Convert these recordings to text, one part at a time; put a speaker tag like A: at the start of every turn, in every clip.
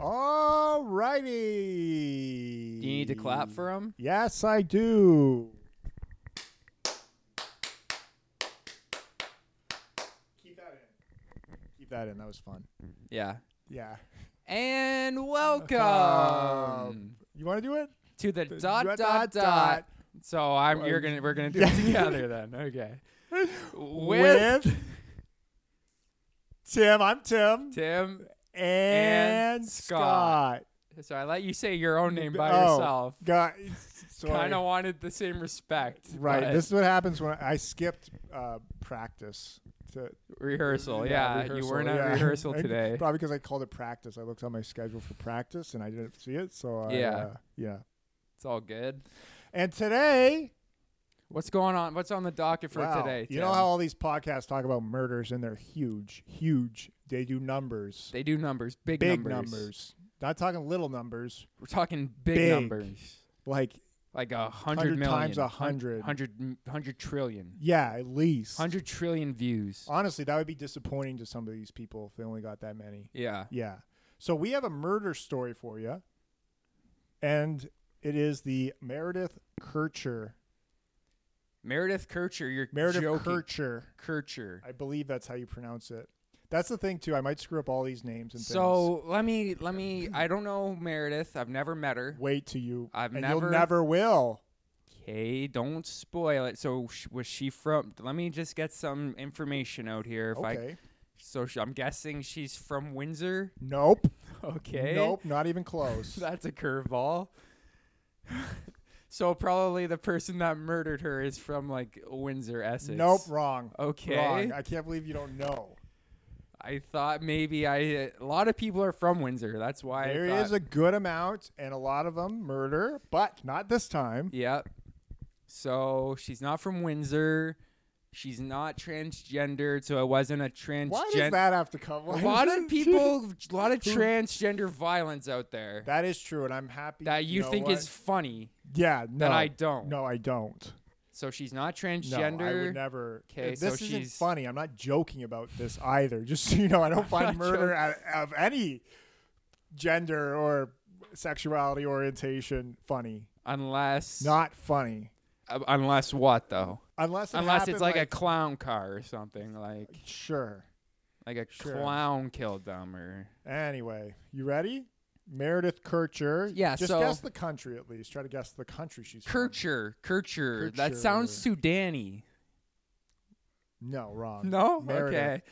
A: All righty.
B: Do you need to clap for him?
A: Yes, I do. Keep that in. Keep that in. That was fun.
B: Yeah.
A: Yeah.
B: And
A: Welcome.
B: welcome
A: Um, You want to do it?
B: to the
A: The
B: dot dot dot. So I'm you're gonna we're gonna do it
A: Yeah.
B: together then. Okay. With
A: With, Tim. I'm Tim.
B: Tim.
A: And,
B: Scott.
A: Scott.
B: So I let you say your own name by
A: Oh,
B: yourself.
A: God.
B: Kind
A: Sorry.
B: of wanted the same respect.
A: Right.
B: but
A: This is what happens when I skipped uh, practice to
B: rehearsal. Yeah, you
A: rehearsal,
B: weren't at
A: yeah.
B: rehearsal
A: I-
B: today.
A: Probably because I called it practice. I looked on my schedule for practice and I didn't see it. So I,
B: Yeah.
A: uh, yeah.
B: It's all good.
A: And today,
B: What's going on? What's on the docket for
A: wow,
B: today?
A: you know
B: Tim?
A: how all these podcasts talk about murders and they're huge, huge. They do numbers,
B: they do numbers, big,
A: big
B: numbers.
A: numbers. Not talking little numbers,
B: We're talking big,
A: Big.
B: numbers,
A: like
B: like a
A: 100
B: hundred million
A: times a hundred.
B: hundred, m- hundred trillion,
A: yeah, at least.
B: hundred trillion views.
A: Honestly, that would be disappointing to some of these people if they only got that many.
B: yeah,
A: Yeah. So we have a murder story for you. And it is the Meredith Kircher.
B: Meredith Kircher, you're
A: Meredith
B: joking.
A: Kircher.
B: Kircher.
A: I believe that's how you pronounce it. That's the thing too. I might screw up all these names and things.
B: So let me, let me. I don't know Meredith. I've never met her.
A: wait till you
B: I've
A: and
B: never-
A: you'll never will.
B: Okay, don't spoil it. So sh- was she from? Let me just get some information out here. If I,
A: Okay.
B: so sh- I'm guessing she's from Windsor.
A: Nope.
B: Okay.
A: Nope. Not even close.
B: That's a curveball. so probably the person that murdered her is from like Windsor, Essex.
A: nope. Wrong.
B: Okay.
A: Wrong. I can't believe you don't know.
B: I thought maybe I. A lot of people are from Windsor. That's why.
A: There
B: I
A: is
B: thought,
A: a good amount, and a lot of them murder, but not this time.
B: Yep. So she's not from Windsor. She's not transgendered, so it wasn't a transgender.
A: Why does that have to come?
B: A
A: Why
B: lot
A: does
B: of
A: it-
B: people, a lot of
A: Who-
B: transgender violence out there
A: That is true, and I'm happy
B: that you
A: know
B: think
A: what?
B: is funny
A: yeah. No,
B: that I don't.
A: no, I don't.
B: So she's not
A: No, I
B: transgender.
A: would never.
B: 'Kay,
A: This
B: so
A: isn't
B: she's-
A: funny. I'm not joking about this either. Just so you know, I don't
B: not
A: find murder at, of any gender or sexuality orientation funny.
B: unless
A: Not funny,
B: Uh, unless what though?
A: unless it
B: Unless it's
A: happened,
B: like, a clown car or something, like
A: sure.
B: like a
A: Sure.
B: clown killed them or
A: Anyway, you ready? Meredith Kircher.
B: Yeah,
A: Just
B: so-
A: guess the country at least. Try to guess the country she's from.
B: Kircher, Kircher. That sounds Sudani.
A: No, wrong.
B: No,
A: Meredith.
B: okay.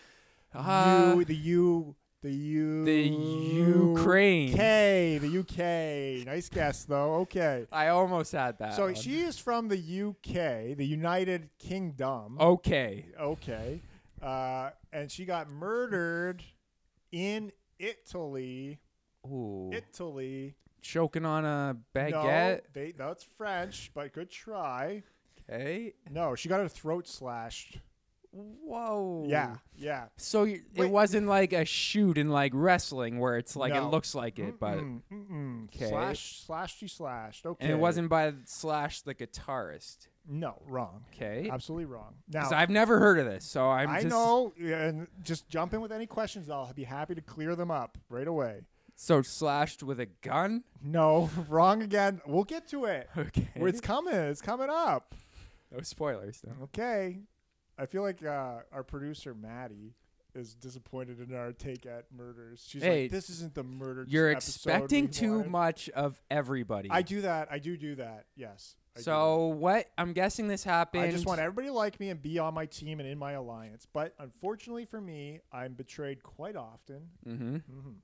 B: Uh,
A: U, the U, the U,
B: the Ukraine.
A: K, the UK. Nice guess though. Okay.
B: I almost had that.
A: So
B: one.
A: she is from the UK, the United Kingdom.
B: Oh. okay.
A: Okay. Uh, and she got murdered in Italy.
B: Ooh,
A: Italy.
B: choking on a
A: No,
B: baguette.
A: they, that's French, but good try.
B: Okay.
A: No, she got her throat slashed.
B: Whoa.
A: Yeah, yeah.
B: So y
A: Wait.
B: it wasn't like a shoot in like wrestling where it's like
A: No.
B: it looks like it, but
A: Mm-mm, mm-mm.
B: 'Kay.
A: slash, slash, she slashed. Okay.
B: and it wasn't by slash the guitarist.
A: No, wrong.
B: Okay.
A: Absolutely wrong. Now,
B: 'Cause I've never heard of this, so I'm
A: I
B: just
A: know, and just jump in with any questions. I'll be happy to clear them up right away.
B: so slashed with a gun.
A: No, wrong again. We'll get to it.
B: Okay,
A: It's coming. It's coming up.
B: no spoilers though.
A: Okay. I feel like uh, our producer Maddie is disappointed in our take at murders. She's
B: Hey,
A: like, "This isn't the murder."
B: You're
A: episode we
B: expecting too
A: wanted."
B: much of everybody.
A: I do that. I do do that. Yes. I do
B: so what? I'm guessing this
A: that.
B: happened.
A: I just want everybody to like me and be on my team and in my alliance. But unfortunately for me, I'm betrayed quite often.
B: hmm
A: Mhm.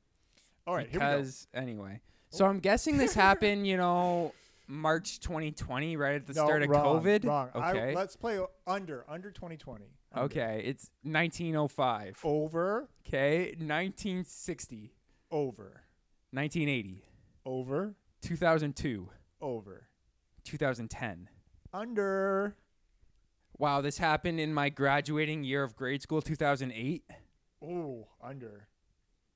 A: All right, here we go. Oh.
B: because anyway, so I'm guessing this happened. You know, March 2020, right at the
A: No,
B: start of
A: wrong,
B: COVID.
A: Wrong. I-
B: Okay.
A: let's play under under 2020. Under.
B: okay. It's 1905.
A: Oh. Over,
B: Okay. 1960.
A: over,
B: 1980.
A: over,
B: 2002.
A: over,
B: 2010.
A: under.
B: Wow, this happened in my graduating year of grade school, 2008,
A: Oh, under,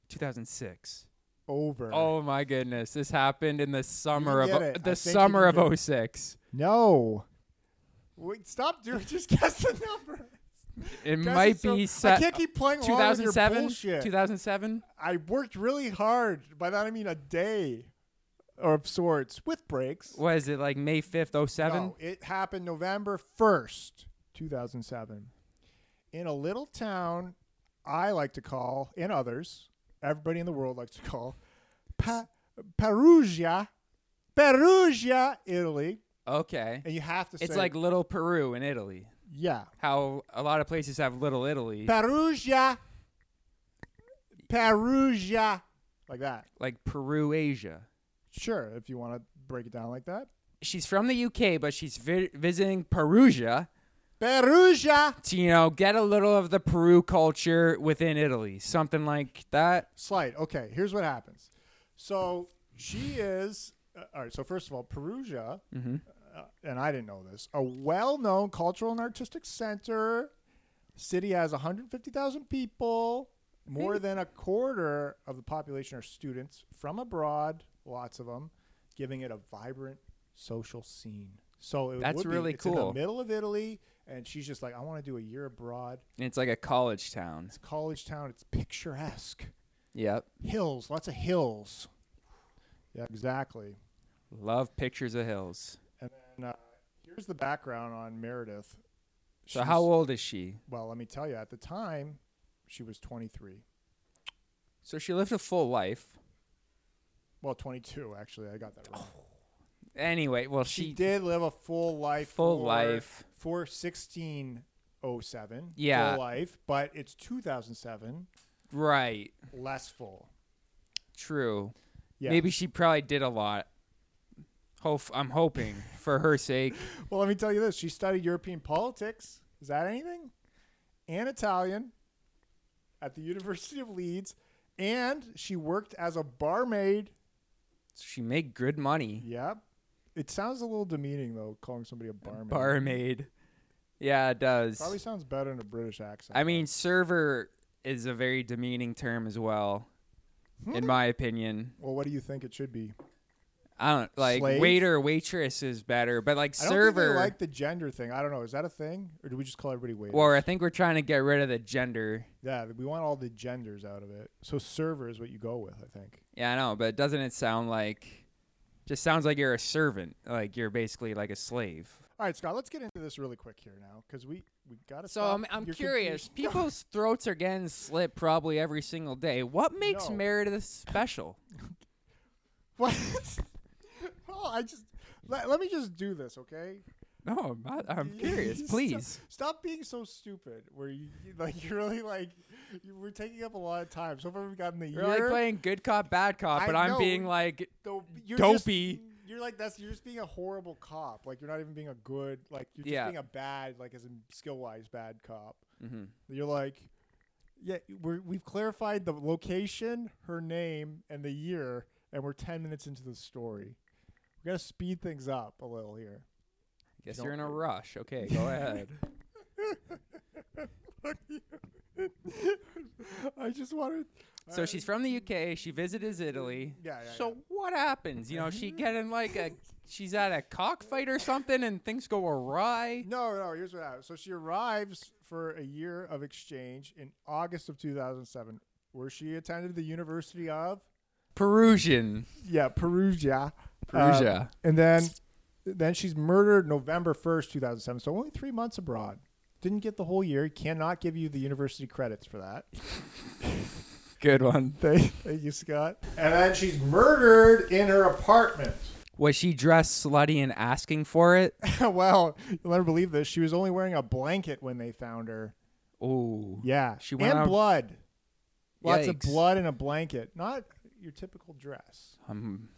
B: 2006.
A: over.
B: Oh my goodness, this happened in the summer
A: get
B: of oh
A: it.
B: the
A: I think you
B: summer
A: can
B: of 06.
A: no. Wait, stop, dude. Just guess the number.
B: It
A: Guys,
B: might
A: it's so-
B: be
A: I
B: set
A: can't keep playing along with your
B: 2007.
A: bullshit.
B: 2007.
A: I worked really hard. By that I mean a day of sorts with breaks.
B: What is it like May oh 5th, 07?
A: No, it happened November 1st, 2007. In a little town I like to call, and others, everybody in the world likes to call, pa- Perugia, Perugia, Italy.
B: Okay.
A: And you have to say,
B: It's like Little Peru in Italy.
A: yeah,
B: How a lot of places have Little Italy,
A: Perugia, Perugia, like that.
B: like Peru Asia.
A: Sure, if you want to break it down like that.
B: She's from the UK, but she's vi- visiting Perugia
A: Perugia,
B: to, you know, get a little of the Peru culture within Italy. Something like that.
A: slight. Okay, here's what happens. So she is. Uh, all right. So first of all, Perugia,
B: Mm-hmm.
A: uh, and I didn't know this, a well-known cultural and artistic center. City has 150,000 people. More than a quarter of the population are students from abroad. Lots of them, giving it a vibrant social scene. So it
B: That's
A: would be-
B: really
A: it's in the
B: cool.
A: middle of Italy, and she's just like, I want to do a year abroad.
B: And it's like a college town.
A: It's a college town. It's picturesque
B: Yep.
A: hills, lots of hills. Yeah, exactly.
B: Love pictures of hills.
A: And then uh, here's the background on Meredith.
B: So
A: She's-
B: how old is she?
A: Well, let me tell you. At the time, she was 23.
B: So she lived a full life.
A: Well, 22 actually. I got that wrong.
B: Anyway, well
A: she,
B: Oh, she,
A: did live a full life.
B: Full
A: for-
B: life.
A: for 1607.
B: Yeah.
A: full life, but it's 2007
B: right.
A: less full.
B: True.
A: Yeah.
B: Maybe she probably did a lot. Hope I'm hoping for her sake.
A: Well, let me tell you this. She studied European politics. Is that anything? And Italian at the University of Leeds. And she worked as a barmaid.
B: She made good money.
A: Yep. It sounds a little demeaning, though, calling somebody a barmaid.
B: Barmaid. Yeah, it does.
A: Probably sounds better in a British accent.
B: I mean, server is a very demeaning term as well,
A: Hmm?
B: in my opinion.
A: well, what do you think it should be?
B: I don't like
A: Slave?
B: waiter, waitress is better, but like
A: I don't think
B: server.
A: they like the gender thing. I don't know. Is that a thing? Or do we just call everybody waiters?
B: or I think we're trying to get rid of the gender.
A: yeah, we want all the genders out of it. So server is what you go with, I think.
B: Yeah, I know, but doesn't it sound like? Just sounds like you're a servant. Like you're basically like a slave.
A: All right, Scott, let's get into this really quick here now because we, we got to
B: So I'm, I'm curious. People's throats are getting slit probably every single day. What makes
A: No.
B: Meredith special?
A: What? well, I just let, let me just do this, okay?
B: No, I'm, not, I'm curious.
A: Stop-
B: Please.
A: stop, being so stupid. Where you you- like you're really like you, we're taking up a lot of time. So far, we've gotten the
B: You're
A: year.
B: like playing good cop, bad cop,
A: I
B: but I'm
A: know.
B: being like,
A: though, you're
B: dopey.
A: Just, you're like that's you're just being a horrible cop. Like you're not even being a good. Like you're just
B: Yeah.
A: being a bad, like as in skill wise, bad cop.
B: Mhm.
A: You're like. Yeah, we're, we've clarified the location, her name, and the year, and we're ten minutes into the story. We gotta speed things up a little here.
B: guess
A: don't-
B: you're in a rush. Okay, go ahead.
A: I just uh, wanted.
B: So she's from the UK. She visited Italy.
A: Yeah, yeah,
B: so
A: yeah.
B: what happens? You know, she getting like a, she's at a cockfight or something, and things go awry.
A: No, no. Here's what happened. So she arrives for a year of exchange in August of 2007, where she attended the University of
B: Perusian.
A: yeah Perugia. Uh,
B: Perugia.
A: and then, then she's murdered November 1st, 2007. So only three months abroad. Didn't get the whole year. Cannot give you the university credits for that.
B: Good one.
A: Thank, thank you, Scott. And then she's murdered in her apartment.
B: Was she dressed slutty and asking for it?
A: well, you'll never believe this. She was only wearing a blanket when they found her.
B: Oh.
A: Yeah.
B: She went
A: and
B: out-
A: blood. Lots of
B: Yikes.
A: blood in a blanket. Not your typical dress.
B: Um,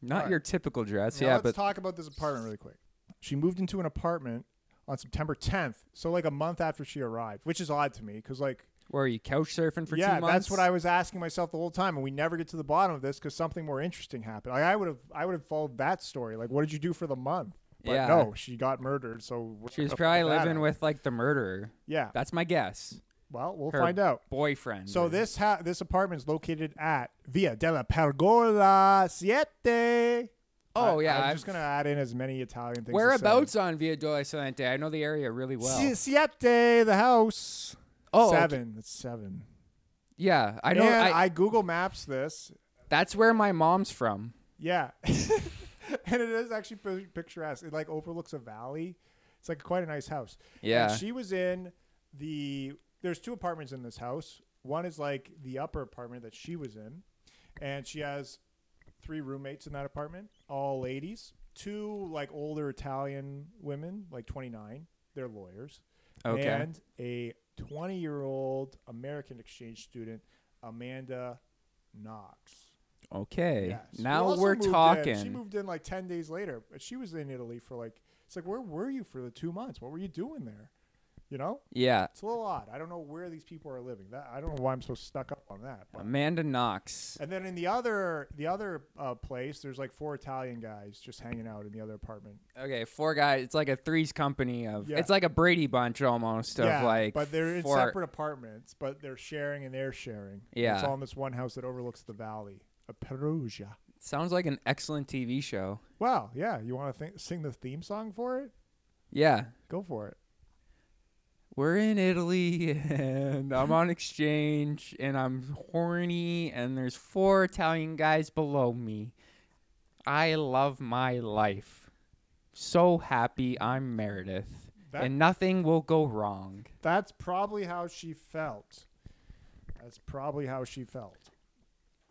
B: not
A: Alright.
B: your typical dress,
A: Now
B: yeah,
A: let's
B: but
A: talk about this apartment really quick. She moved into an apartment on September 10th, so like a month after she arrived, which is odd to me because like
B: were you couch surfing for
A: yeah,
B: two months?
A: that's what I was asking myself the whole time, and we never get to the bottom of this because something more interesting happened. Like I would have, I would have followed that story. Like, what did you do for the month? But
B: Yeah.
A: no, she got murdered. So we're
B: She was
A: gonna
B: probably
A: find that
B: living
A: out.
B: with like the murderer.
A: yeah.
B: That's my guess.
A: Well, we'll
B: her
A: find out.
B: Boyfriend.
A: So
B: or-
A: this ha- this apartment is located at Via della Pergola Siete,
B: Oh
A: I-
B: yeah.
A: I'm
B: I've-
A: just gonna add in as many Italian things. as
B: Whereabouts on Via Dole Silente? I know the area really well.
A: seven. Si- Siete, the house.
B: oh, okay.
A: seven. It's seven.
B: yeah. I
A: I
B: know.
A: and
B: I,
A: I, Google Maps this.
B: that's where my mom's from.
A: Yeah, and it is actually pi- picturesque. It like overlooks a valley. It's like quite a nice house.
B: Yeah.
A: And she was in the. There's two apartments in this house. One is like the upper apartment that she was in, and she has three roommates in that apartment, all ladies. Two like older Italian women, like 29. They're lawyers.
B: Okay.
A: And a 20 year old American exchange student, Amanda Knox.
B: okay.
A: Yes. Who
B: Now
A: also
B: we're
A: moved in.
B: talking.
A: She moved in like 10 days later. but She was in Italy for like, it's like, where were you for the two months? What were you doing there? You know?
B: yeah.
A: It's a little odd. I don't know where these people are living. That I don't know why I'm so stuck up on that. but-
B: Amanda Knox.
A: And then in the other the other uh, place, there's like four Italian guys just hanging out in the other apartment.
B: Okay, four guys. It's like a threes company of.
A: Yeah.
B: It's like a Brady Bunch almost of
A: yeah,
B: like.
A: but they're in
B: four-
A: separate apartments, but they're sharing and they're sharing. it's
B: Yeah.
A: all in this one house that overlooks the valley, a Perugia.
B: Sounds like an excellent TV show.
A: Wow, yeah, you want to think, sing the theme song for it?
B: Yeah.
A: Go for it.
B: We're in Italy and I'm on exchange and I'm horny and there's four Italian guys below me. I love my life. So happy I'm Meredith.
A: That-
B: and nothing will go wrong.
A: That's probably how she felt. That's probably how she felt.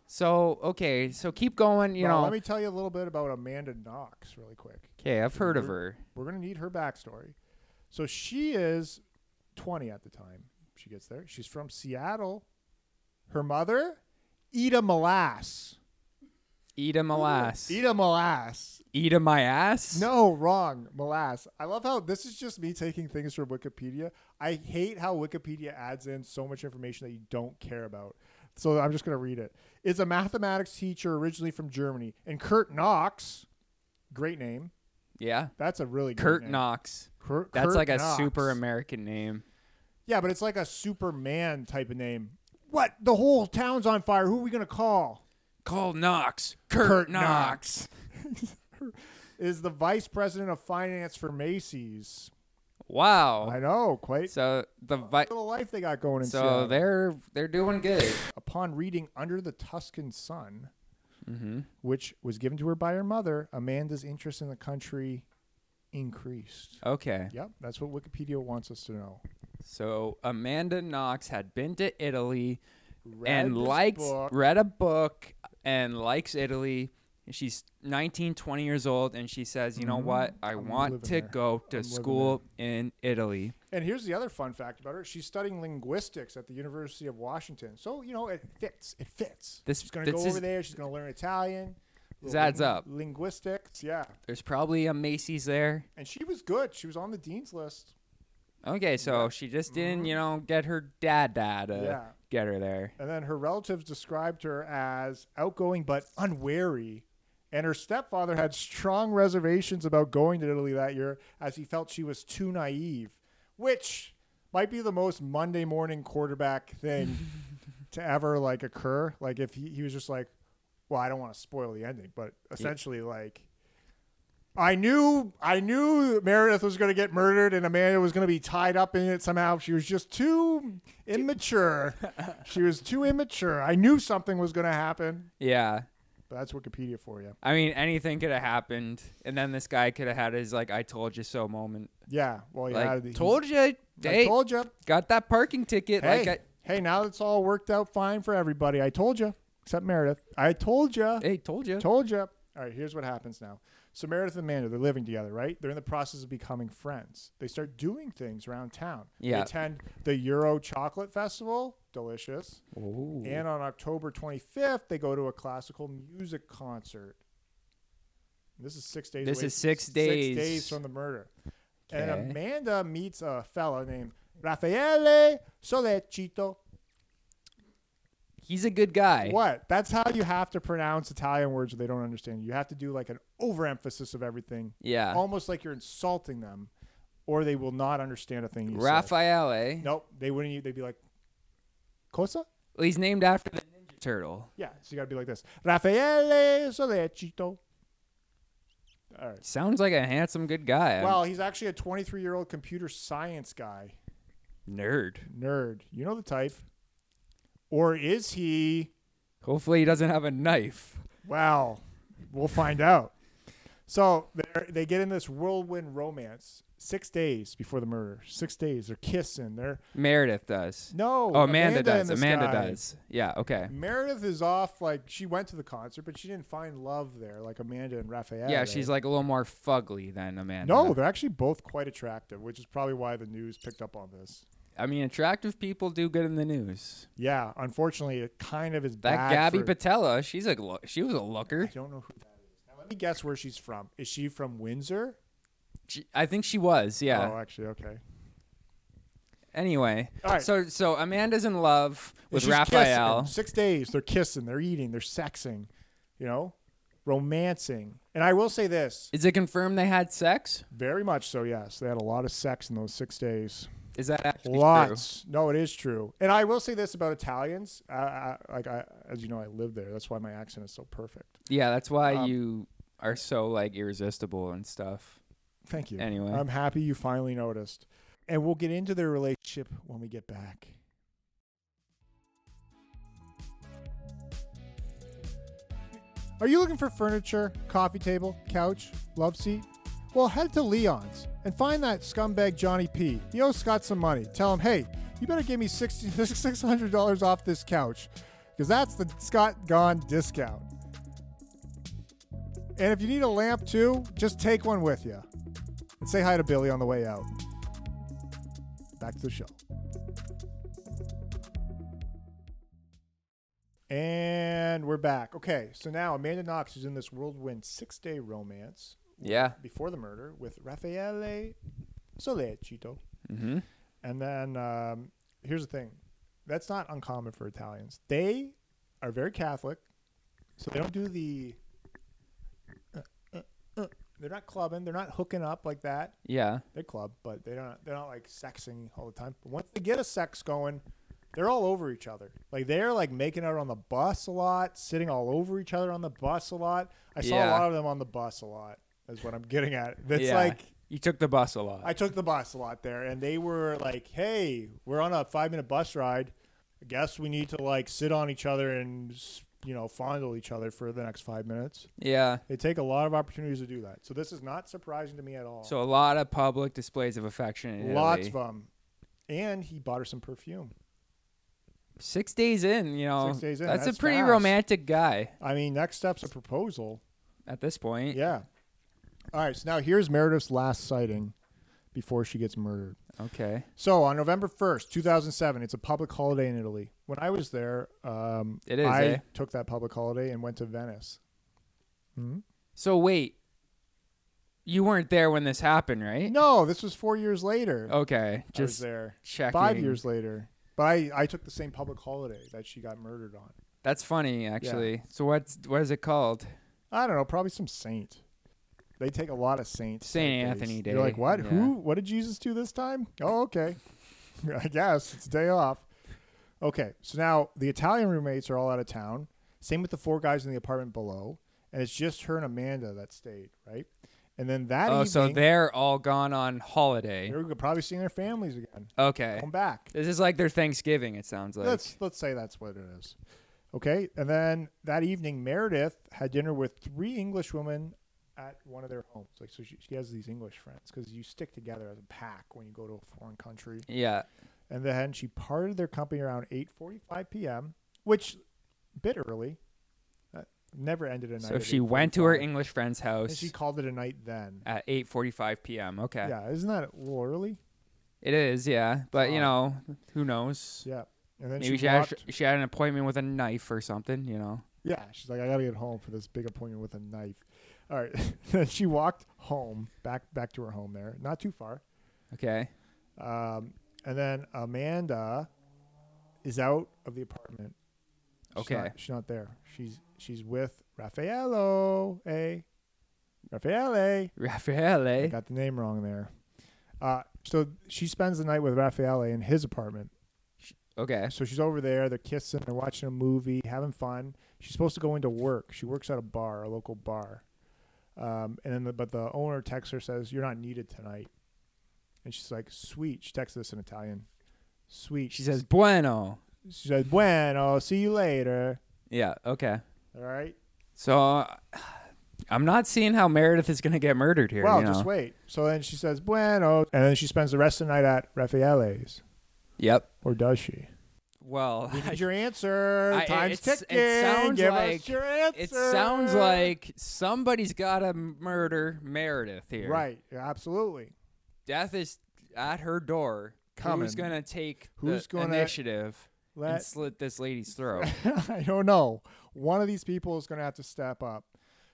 B: So, okay, so keep going, you
A: Well,
B: know.
A: let me tell you a little bit about Amanda Knox, really quick.
B: okay, I've heard of her.
A: We're gonna need her backstory. So she is 20 at the time she gets there. She's from Seattle. Her mother, Ida Molass.
B: Eat 'em alas.
A: Ida Molass.
B: Eat 'em my ass?
A: No, wrong. Molass. I love how this is just me taking things from Wikipedia. I hate how Wikipedia adds in so much information that you don't care about. So I'm just going to read it. Is a mathematics teacher originally from Germany. And Kurt Knox, great name.
B: Yeah.
A: That's a really good
B: Kurt
A: name.
B: Knox.
A: Kurt-
B: That's
A: Kurt
B: like a
A: Knox.
B: super American name.
A: Yeah, but it's like a Superman type of name. What? The whole town's on fire. Who are we going to call?
B: Call Knox. Kurt,
A: Kurt
B: Knox.
A: Is the vice president of finance for Macy's.
B: Wow.
A: I know, quite
B: So the vi-
A: a little life they got going in
B: so
A: Seattle.
B: they're they're doing good.
A: upon reading Under the Tuscan Sun,
B: Mm-hmm.
A: which was given to her by her mother, Amanda's interest in the country increased.
B: Okay.
A: Yep, that's what Wikipedia wants us to know.
B: So Amanda Knox had been to Italy
A: Read
B: and
A: this
B: liked
A: book.
B: read a book and likes Italy. She's 19, 20 years old and she says, "You know what? I
A: Mm-hmm. I'm
B: want
A: living
B: to
A: there.
B: go to
A: I'm living
B: school in Italy."
A: And here's the other fun fact about her: she's studying linguistics at the University of Washington. So you know, it fits. It fits.
B: This-
A: she's gonna
B: this
A: go
B: is-
A: over there. She's gonna learn Italian.
B: This
A: little
B: adds up.
A: Linguistics, yeah.
B: There's probably a Macy's there.
A: And she was good. She was on the dean's list.
B: Okay, so she just didn't, you know, get her dad dad to
A: Mm-hmm. Yeah.
B: get her there.
A: And then her relatives described her as outgoing but unwary. And her stepfather had strong reservations about going to Italy that year as he felt she was too naive, which might be the most Monday morning quarterback thing to ever like occur. Like if he, he was just like, well, I don't want to spoil the ending, but essentially like I knew I knew Meredith was going to get murdered and Amanda was going to be tied up in it somehow. She was just too immature. she was too immature. I knew something was going to happen.
B: Yeah.
A: But that's Wikipedia for you.
B: I mean, anything could have happened, and then this guy could have had his like "I told you so" moment.
A: Yeah. Well, Oh, yeah.
B: like, told you,
A: I
B: hey,
A: told you.
B: got that parking ticket.
A: Hey,
B: Like,
A: hey, now it's all worked out fine for everybody. I told you, except Meredith. I told you.
B: I, hey, told you.
A: Told you. All right, here's what happens now. So Meredith and Amanda, they're living together, right? They're in the process of becoming friends. They start doing things around town. They
B: Yeah.
A: attend the Euro Chocolate Festival, delicious. And on October 25th, they go to a classical music concert. This is six days.
B: This
A: away-
B: is six
A: Six
B: days.
A: days from the murder.
B: Okay.
A: And Amanda meets a fella named Raffaele Solecito.
B: He's a good guy.
A: What? That's how you have to pronounce Italian words that they don't understand. You have to do like an overemphasis of everything,
B: Yeah,
A: almost like you're insulting them, or they will not understand a thing you say.
B: Raphaele.
A: Nope, they wouldn't. e- They'd be like, "Cosa?"
B: Well, he's named after the Ninja Turtle.
A: Yeah, so you gotta be like this. Raffaele Solecito. All right.
B: Sounds like a handsome, good guy.
A: Well, he's actually a 23 year old computer science guy.
B: nerd.
A: Nerd. You know the type. Or is he?
B: Hopefully, he doesn't have a knife.
A: Well, we'll find out. So they're- they get in this whirlwind romance six days before the murder. Six days. They're kissing. They're
B: Meredith does.
A: no.
B: Oh, Amanda,
A: and
B: does.
A: this
B: Amanda
A: guy.
B: does. Yeah. Okay.
A: Meredith is off. Like she went to the concert, but she didn't find love there, like Amanda and Raphael.
B: Yeah,
A: did.
B: she's like a little more fugly than Amanda.
A: No, they're actually both quite attractive, which is probably why the news picked up on this.
B: I mean, attractive people do good in the news.
A: Yeah, unfortunately, it kind of is
B: That
A: bad
B: Gabby
A: for-
B: Patella, she's a glo- she was a looker.
A: I don't know who that is. Now, let me guess where she's from. Is she from Windsor?
B: She, I think she was. Yeah.
A: Oh, actually, okay.
B: Anyway,
A: All right.
B: so so Amanda's in love with
A: She's kissing.
B: Raphael.
A: Six days. They're kissing. They're eating. They're sexing. You know, romancing. And I will say this
B: Is it confirmed they had sex?
A: very much so. Yes, they had a lot of sex in those six days.
B: Is that actually true?
A: Lots. No, it is true. And I will say this about Italians. Uh, I, like I, as you know, I live there. That's why my accent is so perfect.
B: Yeah, that's why
A: Um,
B: you are so like irresistible and stuff.
A: Thank you.
B: Anyway.
A: I'm happy you finally noticed. And we'll get into their relationship when we get back. Are you looking for furniture, coffee table, couch, love seat? Well, head to Leon's and find that scumbag Johnny P. He owes Scott some money. Tell him, hey, you better give me 60 $600 off this couch because that's the Scott Gone discount. And if you need a lamp too, just take one with you and say hi to Billy on the way out. Back to the show. And we're back. Okay, so now Amanda Knox is in this whirlwind six day romance
B: Yeah.
A: before the murder with Raffaele Solecito.
B: Mm-hmm.
A: And then um, here's the thing that's not uncommon for Italians. They are very Catholic, so they don't do the. uh, uh, uh. They're not clubbing. They're not hooking up like that.
B: Yeah.
A: They club, but they don't. They're not like sexing all the time. But once they get a sex going, they're all over each other. Like they're like making out on the bus a lot, sitting all over each other on the bus a lot. I saw a
B: Yeah.
A: lot of them on the bus a lot. Is what I'm getting at. It's
B: Yeah.
A: like
B: You took the bus a lot.
A: I took the bus a lot there, and they were like, "Hey, we're on a five minute bus ride. I guess we need to like sit on each other and you know fondle each other for the next five minutes."
B: yeah.
A: They take a lot of opportunities to do that, so this is not surprising to me at all.
B: So a lot of public displays of affection in
A: Lots
B: Italy.
A: of them. And he bought her some perfume.
B: Six days in, you know,
A: Six days in,
B: that's,
A: that's
B: a pretty
A: fast.
B: romantic guy
A: I mean, next step's a proposal.
B: at this point.
A: Yeah. All right. So now here's Meredith's last sighting before she gets murdered.
B: Okay.
A: So on November 1st, 2007, it's a public holiday in Italy. When I was there, um,
B: It is,
A: I
B: eh?
A: took that public holiday and went to Venice. Hmm?
B: So wait, you weren't there when this happened, right?
A: No, this was four years later. I was
B: Okay. Eh. Oh, Just
A: there.
B: checking.
A: Five years later. But I, I took the same public holiday that she got murdered on.
B: That's funny, actually. So what's what is it called?
A: I don't know, probably some saint. They take a lot of saints.
B: Saint
A: like
B: Anthony
A: You're like,
B: Day,
A: what?
B: yeah.
A: Who? What did Jesus do this time? Oh, okay. I guess it's a day off. Okay, so now the Italian roommates are all out of town. Same with the four guys in the apartment below, and it's just her and Amanda that stayed, right? And then that
B: oh,
A: evening,
B: so they're all gone on holiday.
A: they're probably seeing their families again.
B: Okay.
A: Come back.
B: This is like their Thanksgiving. It sounds like.
A: let's let's say that's what it is. Okay, and then that evening, Meredith had dinner with three English women at one of their homes. Like, so she, she has these English friends because you stick together as a pack when you go to a foreign country.
B: yeah.
A: And then she parted their company around 8:45 p.m., which a bit early. That never ended a night.
B: So
A: at
B: she went to her
A: 8:45.
B: English friend's
A: and
B: house
A: she called it a night then.
B: at 8:45 p.m. Okay.
A: Yeah, isn't that a little early?
B: It is, yeah. But you
A: Odd.
B: know, who knows?
A: Yeah. And then
B: Maybe she,
A: she
B: had,
A: walked,
B: she had an appointment with a knife or something. You know.
A: Yeah, she's like, I gotta get home for this big appointment with a knife. All right, then she walked home back back to her home there, not too far.
B: Okay.
A: Um, and then Amanda is out of the apartment. She's not-
B: Okay.
A: she's not there. She's she's with Raffaello. A Raffaele. I
B: Raffaele.
A: got the name wrong there. Uh, so she spends the night with Raffaele in his apartment.
B: Okay.
A: So she's over there. They're kissing. They're watching a movie, having fun. She's supposed to go into work. She works at a bar, a local bar. Um, and then, the, but the owner texts her says, "You're not needed tonight," and she's like, "Sweet." She texts this in Italian. Sweet.
B: She says bueno.
A: She says, "Bueno, see you later."
B: Yeah. Okay.
A: All right.
B: So uh, I'm not seeing how Meredith is gonna get murdered here.
A: well,
B: you know?
A: just wait. So then she says, "Bueno," and then she spends the rest of the night at Raffaele's,
B: Yep.
A: or does she?
B: Well,
A: We need your answer.
B: I-
A: Time's
B: it's-
A: ticking.
B: it sounds
A: Give
B: like-
A: us your answer.
B: it sounds like somebody's got to murder Meredith here.
A: right. Absolutely.
B: Death is at her door.
A: Coming.
B: Who's gonna take
A: Who's
B: the
A: gonna-
B: initiative and
A: Let
B: slit this lady's throat?
A: I don't know. One of these people is going to have to step up.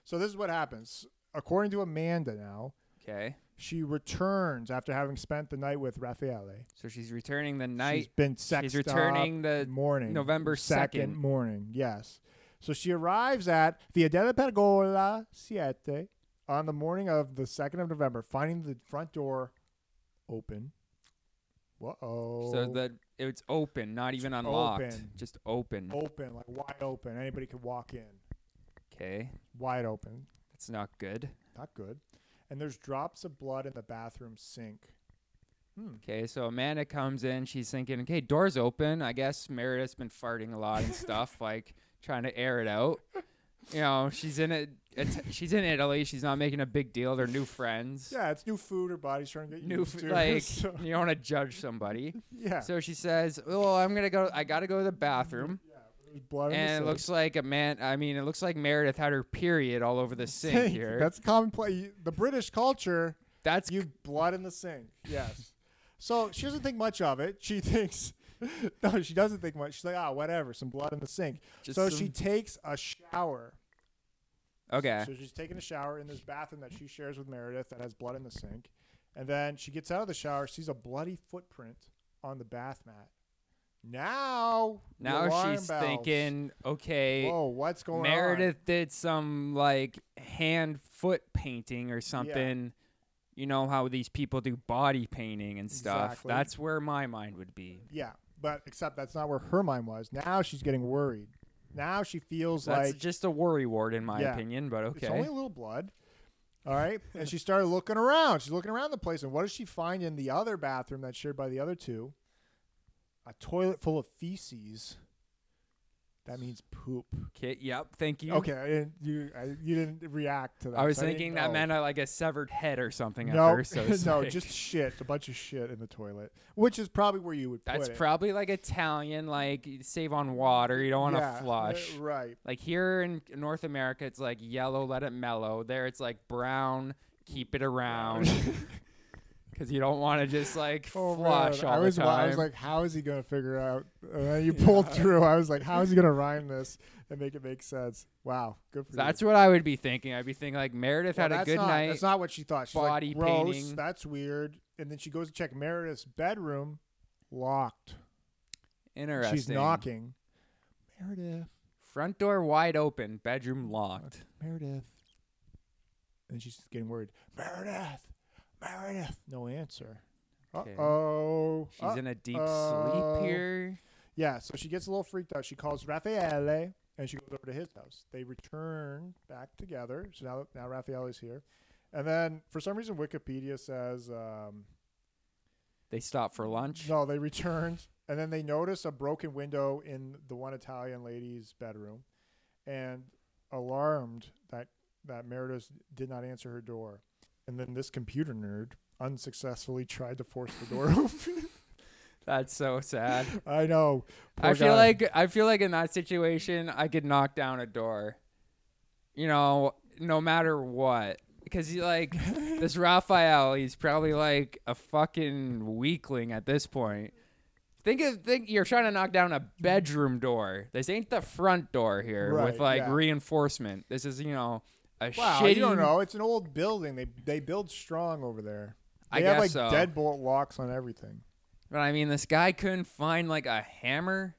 A: So this is what happens. According to Amanda now,
B: okay.
A: she returns after having spent the night with Raffaele.
B: So she's returning the night.
A: She's been sexed
B: she's returning
A: up
B: the
A: morning.
B: November 2nd.
A: morning, yes. So she arrives at Via della Pergola Siete on the morning of the 2nd of November, finding the front door open. Whoa.
B: So that it's open, not even unlocked.
A: open.
B: Just open.
A: open, like wide open. Anybody could walk in.
B: Okay.
A: Wide open.
B: That's not good.
A: Not good. And there's drops of blood in the bathroom sink.
B: Okay, so Amanda comes in. She's thinking, okay, door's open. I guess Meredith's been farting a lot and stuff, like trying to air it out. You know, she's in it. It's, she's in Italy. She's not making a big deal. They're new friends.
A: Yeah, it's new food. Her body's trying to get
B: New,
A: used
B: f-
A: to.
B: like
A: so-
B: you don't want to judge somebody.
A: yeah.
B: So she says, "Well, I'm gonna go. I gotta go to the bathroom."
A: yeah, there's blood in the
B: And it
A: sink.
B: looks like a man. I mean, it looks like Meredith had her period all over the sink here.
A: That's commonplace. The British culture,
B: That's
A: you blood in the sink. Yes. so she doesn't think much of it. She thinks. No, she doesn't think much. She's like, ah, whatever, some blood in the sink.
B: Just
A: so
B: some-
A: she takes a shower.
B: okay.
A: So she's taking a shower in this bathroom that she shares with Meredith that has blood in the sink. And then she gets out of the shower, sees a bloody footprint on the bath mat. Now, the
B: Now
A: alarm
B: she's
A: bells.
B: thinking, okay,
A: whoa, what's going
B: Meredith did some like hand foot painting or something. You know how these people do body painting and stuff.
A: Exactly.
B: That's where my mind would be.
A: on? Yeah, but except that's not where her mind was. Now she's getting worried. Now she feels
B: That's
A: like
B: just a worry ward in my
A: Yeah.
B: opinion, but okay.
A: it's only a little blood. All right. and she started looking around. She's looking around the place. And what does she find in the other bathroom that's shared by the other two? A toilet full of feces. That means poop.
B: okay, yep, thank you.
A: Okay, I didn't, you I, you didn't react to that.
B: I was
A: so didn't
B: thinking that
A: know.
B: meant uh, like a severed head or something
A: no,
B: at first. So it's
A: no,
B: like-
A: just shit, a bunch of shit in the toilet, which is probably where you would
B: that's
A: put
B: probably like Italian, like you save on water, you don't
A: it.
B: want to
A: Yeah,
B: flush.
A: uh, right?
B: Like here in North America, it's like yellow, let it mellow. There, it's like brown, keep it around, because you don't want to just like
A: Oh,
B: flush
A: man.
B: all
A: I was,
B: the
A: wa-
B: time.
A: I was like, how is he going to figure out? And then you pulled through. I was like, how is he going to rhyme this and make it make sense? Wow, good for
B: that's
A: you.
B: what I would be thinking. I'd be thinking like Meredith
A: Well,
B: had a
A: that's
B: good
A: not,
B: night.
A: That's not what she thought. She's
B: body
A: like, gross,
B: painting."
A: That's weird. And then she goes to check Meredith's bedroom, locked.
B: Interesting.
A: She's knocking. Meredith.
B: Front door wide open, bedroom locked.
A: Meredith. And she's getting worried. Meredith, Meredith. No answer. Uh
B: Okay.
A: oh.
B: She's in a deep
A: uh,
B: sleep here.
A: yeah, so she gets a little freaked out. She calls Raffaele and she goes over to his house. They return back together. So now, now Raffaele's here. And then for some reason, Wikipedia says um,
B: They stop for lunch.
A: no, they returned. And then they notice a broken window in the one Italian lady's bedroom. And alarmed that, that Meredith did not answer her door. And then this computer nerd unsuccessfully tried to force the door open.
B: That's so sad.
A: I know.
B: I
A: Poor
B: feel
A: guy.
B: like I feel like in that situation I could knock down a door. You know, no matter what. Because he like this Raphael, he's probably like a fucking weakling at this point. Think of think you're trying to knock down a bedroom door. This ain't the front door here with
A: Right,
B: like
A: yeah.
B: reinforcement. This is, you know, a
A: Wow,
B: shitty
A: you don't know. It's an old building. They they build strong over there.
B: I
A: They have
B: guess
A: like
B: so.
A: deadbolt locks on everything.
B: But I mean, this guy couldn't find like a hammer,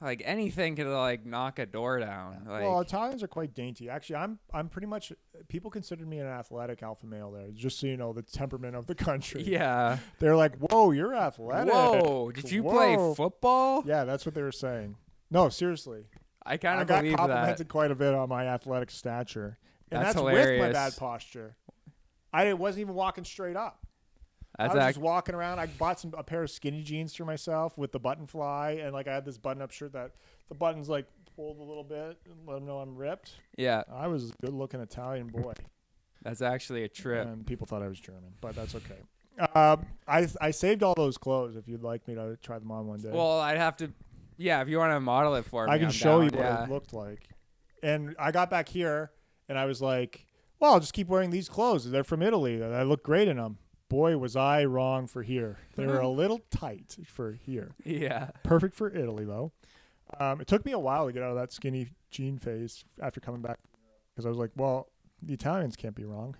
B: like anything could like knock a door down. Like,
A: well, Italians are quite dainty. Actually, I'm I'm pretty much people considered me an athletic alpha male there. Just so you know the temperament of the country.
B: yeah.
A: They're like, "Whoa, you're athletic."
B: Whoa! Did you play
A: Whoa."
B: football?
A: Yeah, that's what they were saying. No, seriously.
B: I kind
A: I
B: of
A: got
B: believe that.
A: complimented quite a bit on my athletic stature. and
B: That's
A: that's with my
B: hilarious.
A: bad posture. I wasn't even walking straight up.
B: That's
A: I was
B: act-
A: just walking around. I bought some a pair of skinny jeans for myself with the button fly, and like I had this button up shirt that the buttons like pulled a little bit and let them know I'm ripped.
B: yeah,
A: I was a good looking Italian boy,
B: that's actually a trip.
A: and people thought I was German, but that's okay. Um, I I saved all those clothes. If you'd like me to try them on one day,
B: Well, I'd have to. Yeah, if you want to model it for me,
A: I can
B: I'm
A: show
B: down,
A: you what
B: yeah.
A: it looked like. And I got back here, and I was like, "Well, I'll just keep wearing these clothes. They're from Italy. I look great in them." Boy, was I wrong for here. They were a little tight for here.
B: Yeah,
A: Perfect for Italy, though. Um, it took me a while to get out of that skinny jean phase after coming back because I was like, well, the Italians can't be wrong.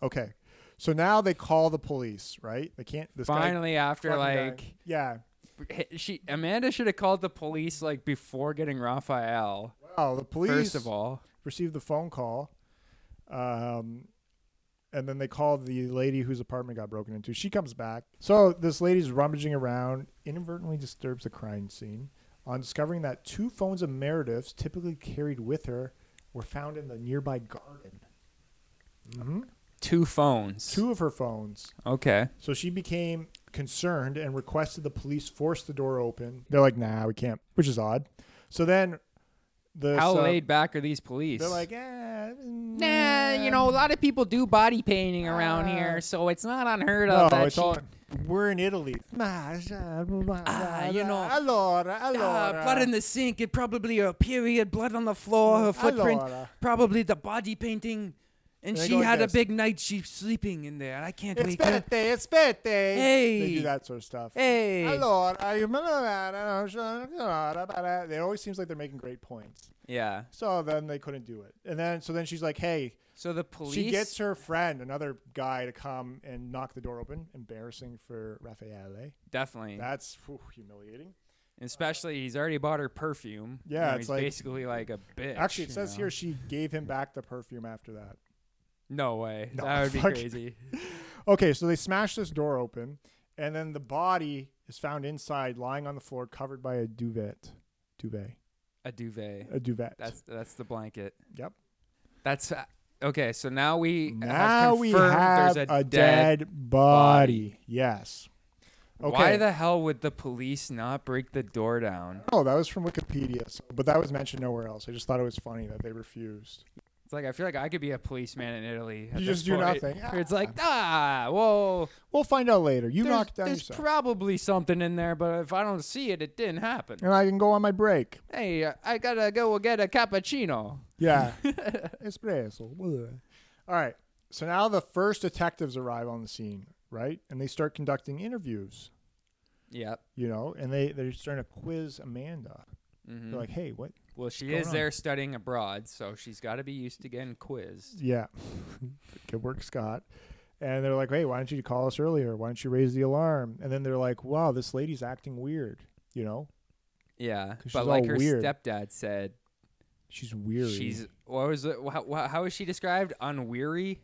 A: Okay. So now they call the police, right? They can't. This guy-
B: finally, after
A: fucking
B: like
A: guy- yeah.
B: h- she Amanda should have called the police like before getting Raphael.
A: Well, the police.
B: First of all,
A: received the phone call, um, and then they called the lady whose apartment got broken into. She comes back. So this lady's rummaging around, inadvertently disturbs the crime scene on discovering that two phones of Meredith's, typically carried with her, were found in the nearby garden. Mhm.
B: two phones.
A: Two of her phones.
B: Okay.
A: So she became concerned and requested the police force the door open. They're like, nah, we can't, which is odd. So then the.
B: How
A: so
B: laid back are these police?
A: uh, They're like, eh,
B: Nah, you know, a lot of people do body painting around here, so it's not unheard
A: Ah. No,
B: of. that
A: it's
B: she-
A: all. We're in Italy. Ah,
B: Ah, you know.
A: Allora,
B: Ah,
A: allora. Mm,
B: blood in the sink, it probably a period, blood on the floor, her footprint,
A: Allora.
B: probably the body painting. And
A: They
B: she
A: go like
B: had
A: this.
B: a big night, she's sleeping in there. I can't wake
A: Espérate,
B: up.
A: espérate. They
B: Hey.
A: do that sort of stuff.
B: Hey.
A: Allora, you It always seems like they're making great points.
B: Yeah.
A: So then they couldn't do it. And then, so then she's like, hey,
B: So the police.
A: she gets her friend, another guy, to come and knock the door open. Embarrassing for Raffaele.
B: Definitely.
A: That's whew, humiliating.
B: Especially, he's already bought her perfume.
A: Yeah,
B: You know,
A: it's
B: he's
A: like-
B: basically like a bitch.
A: Actually, it
B: you
A: says
B: know?
A: here she gave him back the perfume after that.
B: No way.
A: No,
B: that would be
A: fuck.
B: crazy.
A: Okay, so they smash this door open, and then the body is found inside, lying on the floor, covered by a duvet. Duvet.
B: A duvet.
A: A duvet.
B: That's that's the blanket.
A: yep.
B: That's uh, okay. So now we have
A: Now we
B: confirmed
A: have
B: there's
A: a, dead, body. Yes. Okay.
B: Why the hell would the police not break the door down?
A: oh, that was from Wikipedia, so, but that was mentioned nowhere else. I just thought it was funny that they refused.
B: It's like I feel like I could be a policeman in Italy. at
A: You
B: this
A: just do
B: point.
A: nothing.
B: It's like ah, whoa.
A: We'll find out later. You
B: there's
A: knocked down
B: there's
A: yourself,
B: probably something in there, but if I don't see it, it didn't happen.
A: and I can go on my break.
B: Hey, uh, I gotta go get a cappuccino.
A: Yeah. Espresso. Ugh. All right. So now the first detectives arrive on the scene, right? And they start conducting interviews,
B: Yep.
A: you know, and they, they're starting to quiz Amanda.
B: hmm
A: They're like, hey, what?
B: well, she
A: going
B: is
A: on?
B: there studying abroad, so she's got to be used to getting quizzed.
A: Yeah. Good work, Scott. And they're like, hey, why didn't you call us earlier? Why didn't you raise the alarm? And then they're like, wow, this lady's acting weird, you know?
B: Yeah,
A: 'Cause she's all
B: but like her
A: weird.
B: stepdad said,
A: She's weary.
B: She's what was it? How, wha- how is she described? Unweary,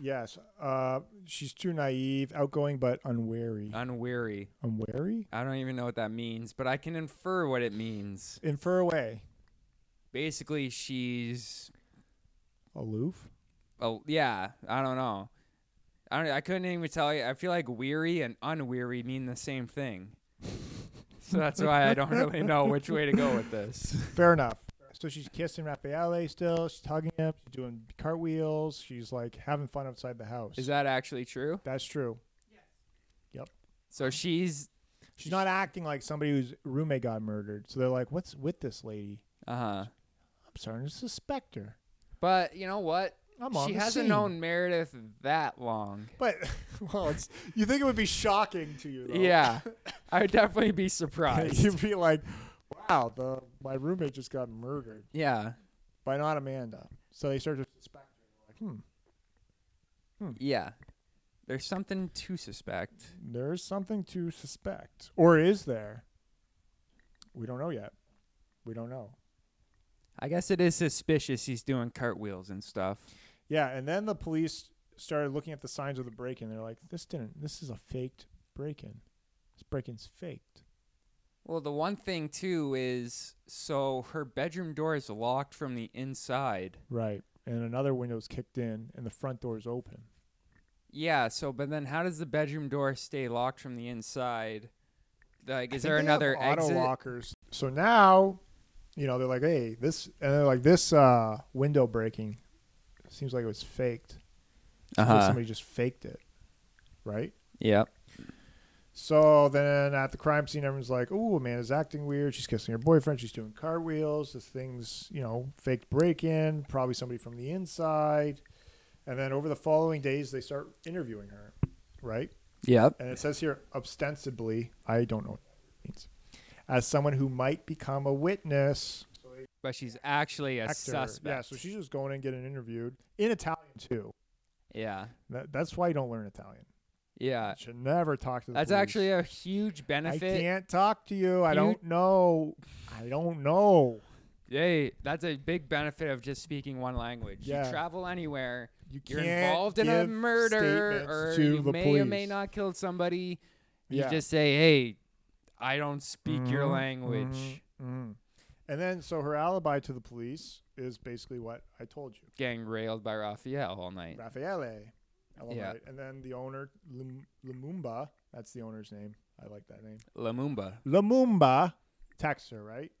A: yes. Uh, she's too naive, outgoing, but unwary.
B: Uh. unweary.
A: unwary?
B: I don't even know what that means, but I can infer what it means.
A: Infer away.
B: Basically, she's
A: Aloof.
B: oh yeah. I don't know. I don't, I couldn't even tell you. I feel like weary and unweary mean the same thing. So that's why I don't really know which way to go with this.
A: Fair enough. So she's kissing Raffaele still. She's hugging him. She's doing cartwheels. She's like having fun outside the house.
B: Is that actually true?
A: That's true.
B: So she's
A: She's not acting like somebody whose roommate got murdered. So they're like, "What's with this lady?
B: uh huh.
A: I'm starting to suspect her."
B: But you know what?
A: I'm on
B: she
A: the
B: hasn't
A: scene.
B: known Meredith that long.
A: But well, it's, you think it would be shocking to you? Though.
B: Yeah, I would definitely be surprised.
A: you'd be like, "Wow, the my roommate just got murdered
B: yeah,
A: by not Amanda." So they start to suspect her. They're Like, hmm,
B: yeah. There's something to suspect.
A: there's something to suspect, or is there? We don't know yet. We don't know.
B: I guess it is suspicious he's doing cartwheels and stuff.
A: Yeah, and then the police started looking at the signs of the break-in. They're like, "This didn't. This is a faked break-in. This break-in's faked."
B: Well, the one thing too is so her bedroom door is locked from the inside.
A: Right. and another window's kicked in, and the front door's open.
B: Yeah. So, but then how does the bedroom door stay locked from the inside? Like,
A: I think
B: is there
A: they have
B: another
A: auto
B: exit?
A: lockers? So now, you know, they're like, hey, this, and they're like, this uh, window breaking seems like it was faked. Seems like
B: Uh-huh.
A: somebody just faked it, right?
B: Yep.
A: So then at the crime scene, everyone's like, "Ooh, Amanda's acting weird. She's kissing her boyfriend. She's doing cartwheels. This thing's, you know, fake break in. Probably somebody from the inside." And then over the following days, they start interviewing her, right?
B: Yep.
A: And it says here, ostensibly, I don't know what that means, as someone who might become a witness. So a
B: But she's actually a
A: actor.
B: suspect.
A: Yeah, so she's just going in getting interviewed in Italian too.
B: yeah.
A: That, that's why you don't learn Italian.
B: Yeah.
A: You should never talk to the
B: Uh, That's
A: police.
B: actually a huge
A: I
B: benefit.
A: can't talk to you. I
B: You-
A: don't know. I don't know.
B: Hey, that's a big benefit of just speaking one language.
A: Yeah.
B: You travel anywhere,
A: You
B: you're
A: can't
B: involved in a
A: give
B: murder,
A: statements
B: or
A: to
B: you
A: the
B: may or may
A: police.
B: not killed somebody.
A: Yeah.
B: You just say, "Hey, I don't speak your
A: Mhm,
B: language."
A: mhm, mhm. And then, so her alibi to the police is basically what I told you,
B: Getting railed by Raphael all night.
A: Raffaele. All
B: Yeah.
A: right. And then the owner, Lum- Lumumba. That's the owner's name. I like that name.
B: Lamumba.
A: Lumumba texts her right,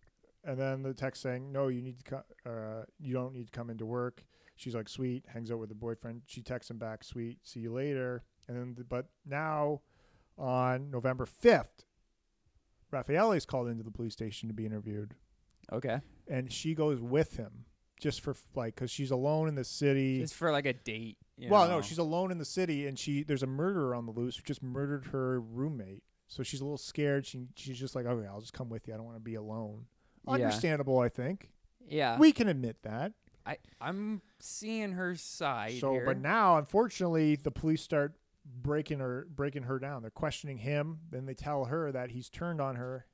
A: and then the text saying, "No, you need to come. Uh, you don't need to come into work." She's like, "Sweet." Hangs out with her boyfriend. She texts him back, "Sweet, see you later." And then, the, but now, on November fifth, Raffaele's called into the police station to be interviewed,
B: Okay.
A: and she goes with him just for like because she's alone in the city.
B: Just for like a date. you
A: well,
B: know.
A: no, she's alone in the city, and she there's a murderer on the loose who just murdered her roommate. So she's a little scared. She she's just like, okay, I'll just come with you. I don't want to be alone.
B: Yeah. Uh,
A: Understandable, I think.
B: Yeah.
A: we can admit that.
B: I I'm seeing her side
A: So,
B: here.
A: but now, unfortunately, the police start breaking her breaking her down. They're questioning him. Then they tell her that he's turned on her,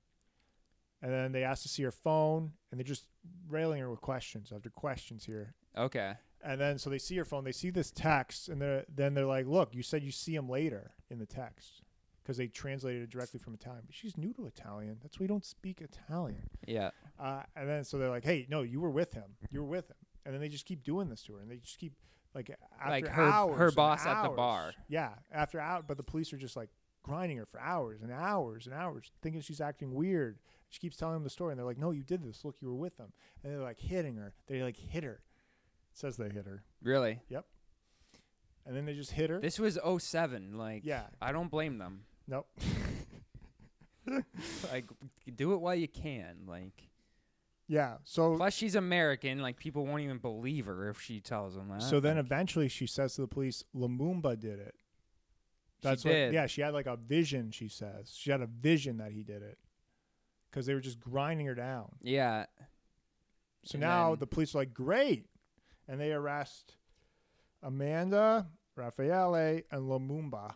A: and then they ask to see her phone, and they're just railing her with questions after questions here.
B: okay.
A: And then so they see your phone, they see this text, and they're, then they're like, "Look, you said you see him later in the text," because they translated it directly from Italian. But she's new to Italian. That's why we don't speak Italian.
B: Yeah.
A: Uh, and then so they're like, "Hey, no, you were with him. You were with him." And then they just keep doing this to her, and they just keep like after
B: Like her- her
A: hours, and
B: boss at the
A: hours.
B: bar.
A: Yeah, after out, but the police are just like grinding her for hours and hours and hours, thinking she's acting weird. She keeps telling them the story, and they're like, "No, you did this. Look, you were with them." And they're like hitting her. They like hit her. It says they hit her
B: Really.
A: and then they just hit her.
B: This was 07. Like.
A: Yeah.
B: I don't blame them.
A: nope.
B: Like, do it while you can. Like.
A: yeah. So
B: Plus, she's American. Like people won't even believe her if she tells them that.
A: so then
B: Like,
A: eventually she says to the police, Lumumba did it.
B: she
A: That's what.
B: did.
A: Yeah, she had like a vision. She says she had a vision that he did it because they were just grinding her down.
B: Yeah.
A: So
B: And
A: now
B: then-
A: the police are like, great, and they arrest Amanda, Raffaele, and Lumumba.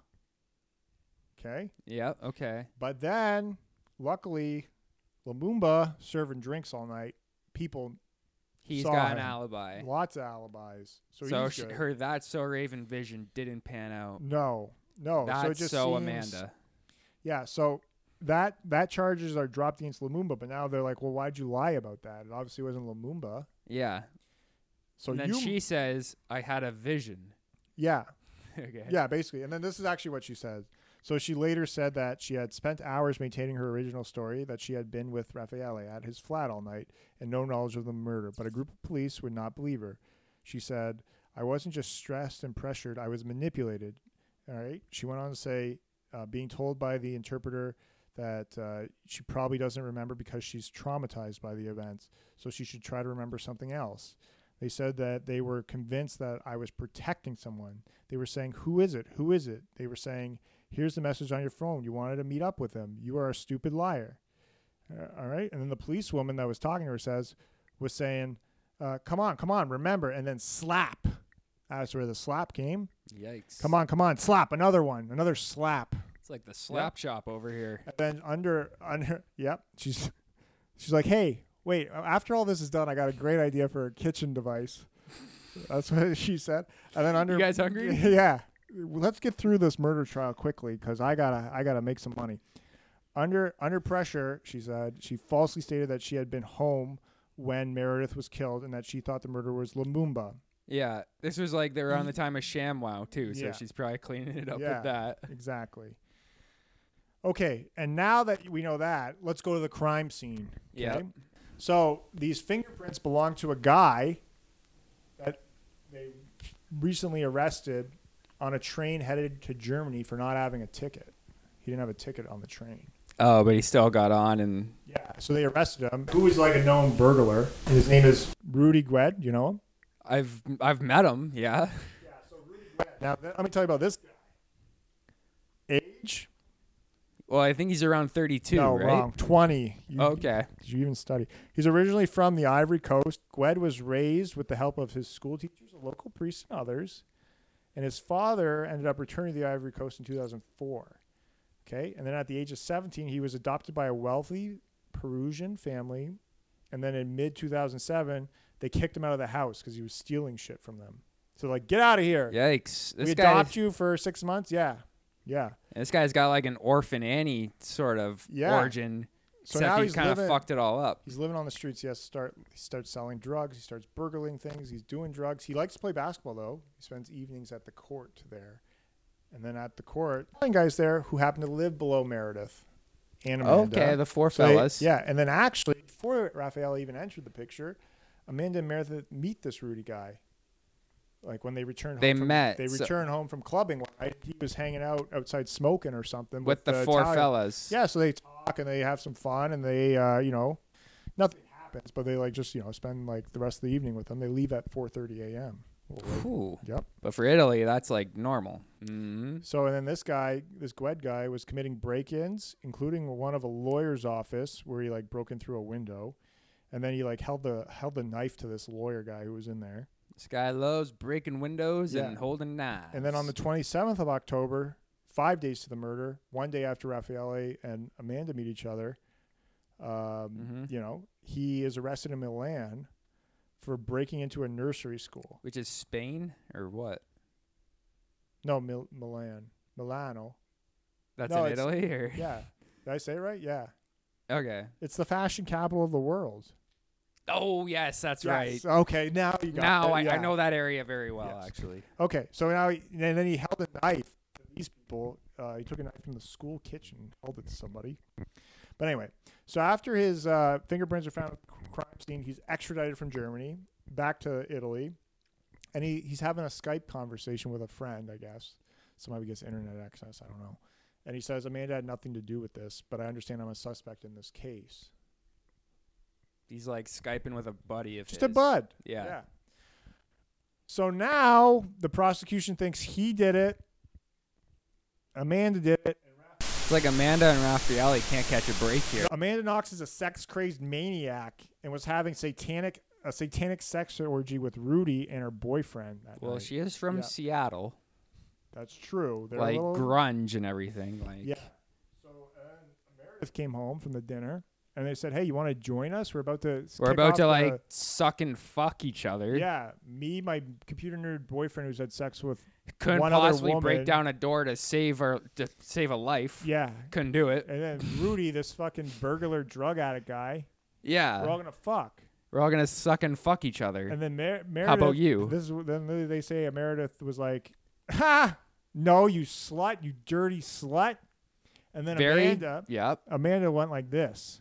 A: Okay,
B: Yeah. Okay.
A: but then luckily, Lumumba serving drinks all night. People
B: He's
A: Saw
B: got
A: him.
B: an alibi.
A: Lots of alibis. So,
B: so
A: he's
B: sh
A: good.
B: her that so Raven vision didn't pan out.
A: no, no.
B: That's
A: so
B: so,
A: it just seems-
B: Amanda.
A: Yeah. So that that charges are dropped against Lumumba, but now they're like, well, why'd you lie about that? It obviously wasn't Lumumba.
B: Yeah.
A: So
B: and then
A: you,
B: she says, "I had a vision."
A: yeah,
B: okay.
A: yeah, basically. And then this is actually what she said. So she later said that she had spent hours maintaining her original story that she had been with Raffaele at his flat all night and no knowledge of the murder, but a group of police would not believe her. She said, I wasn't just stressed and pressured, I was manipulated. All right. She went on to say, uh, being told by the interpreter that uh, she probably doesn't remember because she's traumatized by the events, so she should try to remember something else. They said that they were convinced that I was protecting someone. They were saying, Who is it? Who is it? They were saying, Here's the message on your phone. You wanted to meet up with him. You are a stupid liar. Uh, all right. And then the police woman that was talking to her says, was saying, uh, Come on, come on, remember. And then slap. That's where the slap came.
B: Yikes.
A: Come on, come on, slap. Another one, another slap.
B: It's like the slap shop over here.
A: And then under, under, yep. She's, she's like, Hey, wait, after all this is done, I got a great idea for a kitchen device. That's what she said. And then under,
B: You guys hungry?
A: yeah. Let's get through this murder trial quickly because I gotta I gotta make some money. Under under pressure, she said she falsely stated that she had been home when Meredith was killed and that she thought the murderer was Lumumba.
B: Yeah, this was like they were on the time of ShamWow too, so
A: Yeah.
B: she's probably cleaning it up
A: Yeah.
B: with that.
A: Exactly. Okay, and now that we know that, let's go to the crime scene. okay?
B: Yep.
A: So these fingerprints belong to a guy that they recently arrested on a train headed to Germany for not having a ticket. He didn't have a ticket on the train.
B: Oh, but he still got on, and
A: Yeah, so they arrested him. Who is like a known burglar? His name is Rudy Gued. You know him?
B: I've I've met him. Yeah.
A: Yeah. So Rudy Gued. Now th- let me tell you about this guy. Age?
B: Well, I think he's around 32,
A: no,
B: right?
A: wrong. Twenty. You-
B: Okay.
A: Did you even study? He's originally from the Ivory Coast. Gwed was raised with the help of his school teachers, a local priest, and others. And his father ended up returning to the Ivory Coast in 2004. Okay. And then at the age of 17, he was adopted by a wealthy Peruvian family. And then in mid 2007, they kicked him out of the house because he was stealing shit from them. So, like, get out of here.
B: Yikes. This
A: we
B: guy
A: adopt you for six months. Yeah. Yeah.
B: this guy's got like an orphan Annie sort of
A: Yeah.
B: origin.
A: So
B: except
A: now
B: he
A: he's
B: kind
A: living-
B: of fucked it all up.
A: He's living on the streets. He has to start. He starts selling drugs. He starts burgling things. He's doing drugs. He likes to play basketball though. He spends evenings at the court there, and then at the court, playing guys there who happen to live below Meredith. And Amanda.
B: Okay, the four
A: So they-
B: fellas.
A: yeah, and then actually, before Raphael even entered the picture, Amanda and Meredith meet this Rudy guy. Like when they return, home
B: They
A: from,
B: met,
A: They
B: so-
A: return home from clubbing. one night. He was hanging out outside smoking or something
B: With the four
A: Italian-
B: fellas.
A: yeah, so they talk and they have some fun and they, uh, you know, nothing happens, but they like just you know spend like the rest of the evening with them. They leave at 4:30 a.m. Well, like,
B: Ooh.
A: Yep.
B: But for Italy, that's like normal. hmm
A: So and then this guy, this Gwed guy, was committing break-ins, including one of a lawyer's office where he like broke in through a window, and then he like held the held the knife to this lawyer guy who was in there.
B: This guy loves breaking windows
A: Yeah.
B: and holding knives.
A: And then on the 27th of October, five days to the murder, one day after Raffaele and Amanda meet each other, um,
B: Mhm.
A: you know, he is arrested in Milan for breaking into a nursery school.
B: which is Spain or what?
A: No, Mil- Milan. Milano.
B: That's
A: No,
B: in
A: it's-
B: Italy or
A: Yeah. Did I say it right? Yeah.
B: Okay.
A: It's the fashion capital of the world.
B: Oh yes, that's right.
A: Yes. Okay. Now you got
B: Now
A: it.
B: I, I
A: Yeah.
B: know that area very well,
A: Yes.
B: actually.
A: Okay, so now he, and then he held a knife to these people. Uh, he took a knife from the school kitchen, held it to somebody. But anyway, so after his uh, fingerprints are found at the crime scene, he's extradited from Germany back to Italy, and he, he's having a Skype conversation with a friend, I guess. Somebody gets internet access, I don't know. And he says, Amanda had nothing to do with this, but I understand I'm a suspect in this case.
B: He's like skyping with a buddy. If
A: Just a bud.
B: Yeah.
A: So now the prosecution thinks he did it. Amanda did it.
B: It's like Amanda and Raffaele can't catch a break here.
A: Amanda Knox is a sex-crazed maniac and was having satanic a satanic sex orgy with Rudy and her boyfriend. That
B: Well,
A: night.
B: she is from
A: Yeah.
B: Seattle,
A: That's true. They're a
B: like
A: little-
B: grunge and everything. Like,
A: yeah. So uh, Meredith came home from the dinner and they said, "Hey, you want to join us? We're about to
B: we're
A: kick
B: about
A: off
B: to
A: the-
B: like suck and fuck each other.
A: yeah, me, my computer nerd boyfriend who's had sex with
B: couldn't
A: one other
B: possibly break
A: woman.
B: down a door to save our to save a life.
A: yeah."
B: Couldn't do it.
A: And then Rudy, this fucking burglar drug addict guy,
B: Yeah,
A: we're all gonna fuck.
B: gonna suck and fuck each other.
A: And then Mer- Meredith,
B: about you?
A: This is wh- then they say Meredith was like, "Ha! No, you slut, you dirty slut." And then
B: Very.
A: Amanda,
B: Yep.
A: Amanda went like this.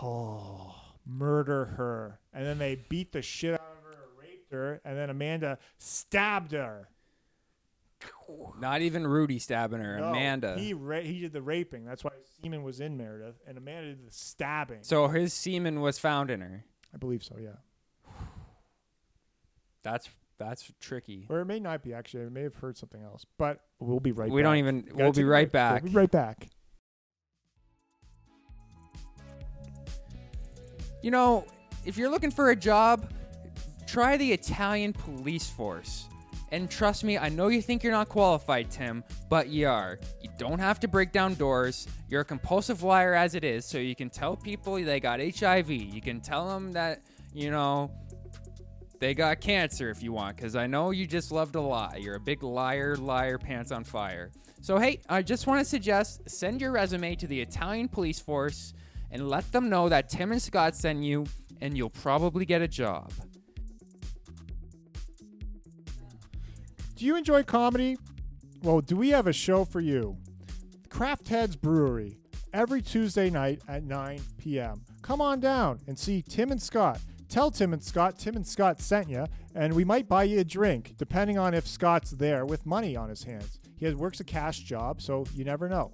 A: Oh, murder her! And then they beat the shit out of her, raped her, and then Amanda stabbed her.
B: Not even Rudy stabbing her.
A: No,
B: Amanda.
A: He ra- he did the raping. That's why semen was in Meredith, and Amanda did the stabbing.
B: So his semen was found in her.
A: I believe so. Yeah.
B: That's that's tricky.
A: Or it may not be actually. I may have heard something else, but we'll be right.
B: we
A: back.
B: don't even.
A: Gotta
B: We'll be
A: take a
B: right
A: break.
B: back.
A: We'll be right back.
B: You know, if you're looking for a job, try the Italian police force. And trust me, I know you think you're not qualified, Tim, but you are. You don't have to break down doors. You're a compulsive liar as it is, so you can tell people they got HIV. You can tell them that, you know, they got cancer if you want, because I know you just love to lie. You're a big liar, liar, pants on fire. So, hey, I just want to suggest send your resume to the Italian police force and let them know that Tim and Scott sent you, and you'll probably get a job.
A: Do you enjoy comedy? Well, do we have a show for you? Craft Heads Brewery, every Tuesday night at 9 p.m. Come on down and see Tim and Scott. Tell Tim and Scott, Tim and Scott sent you, and we might buy you a drink, depending on if Scott's there with money on his hands. He has, works a cash job, so you never know.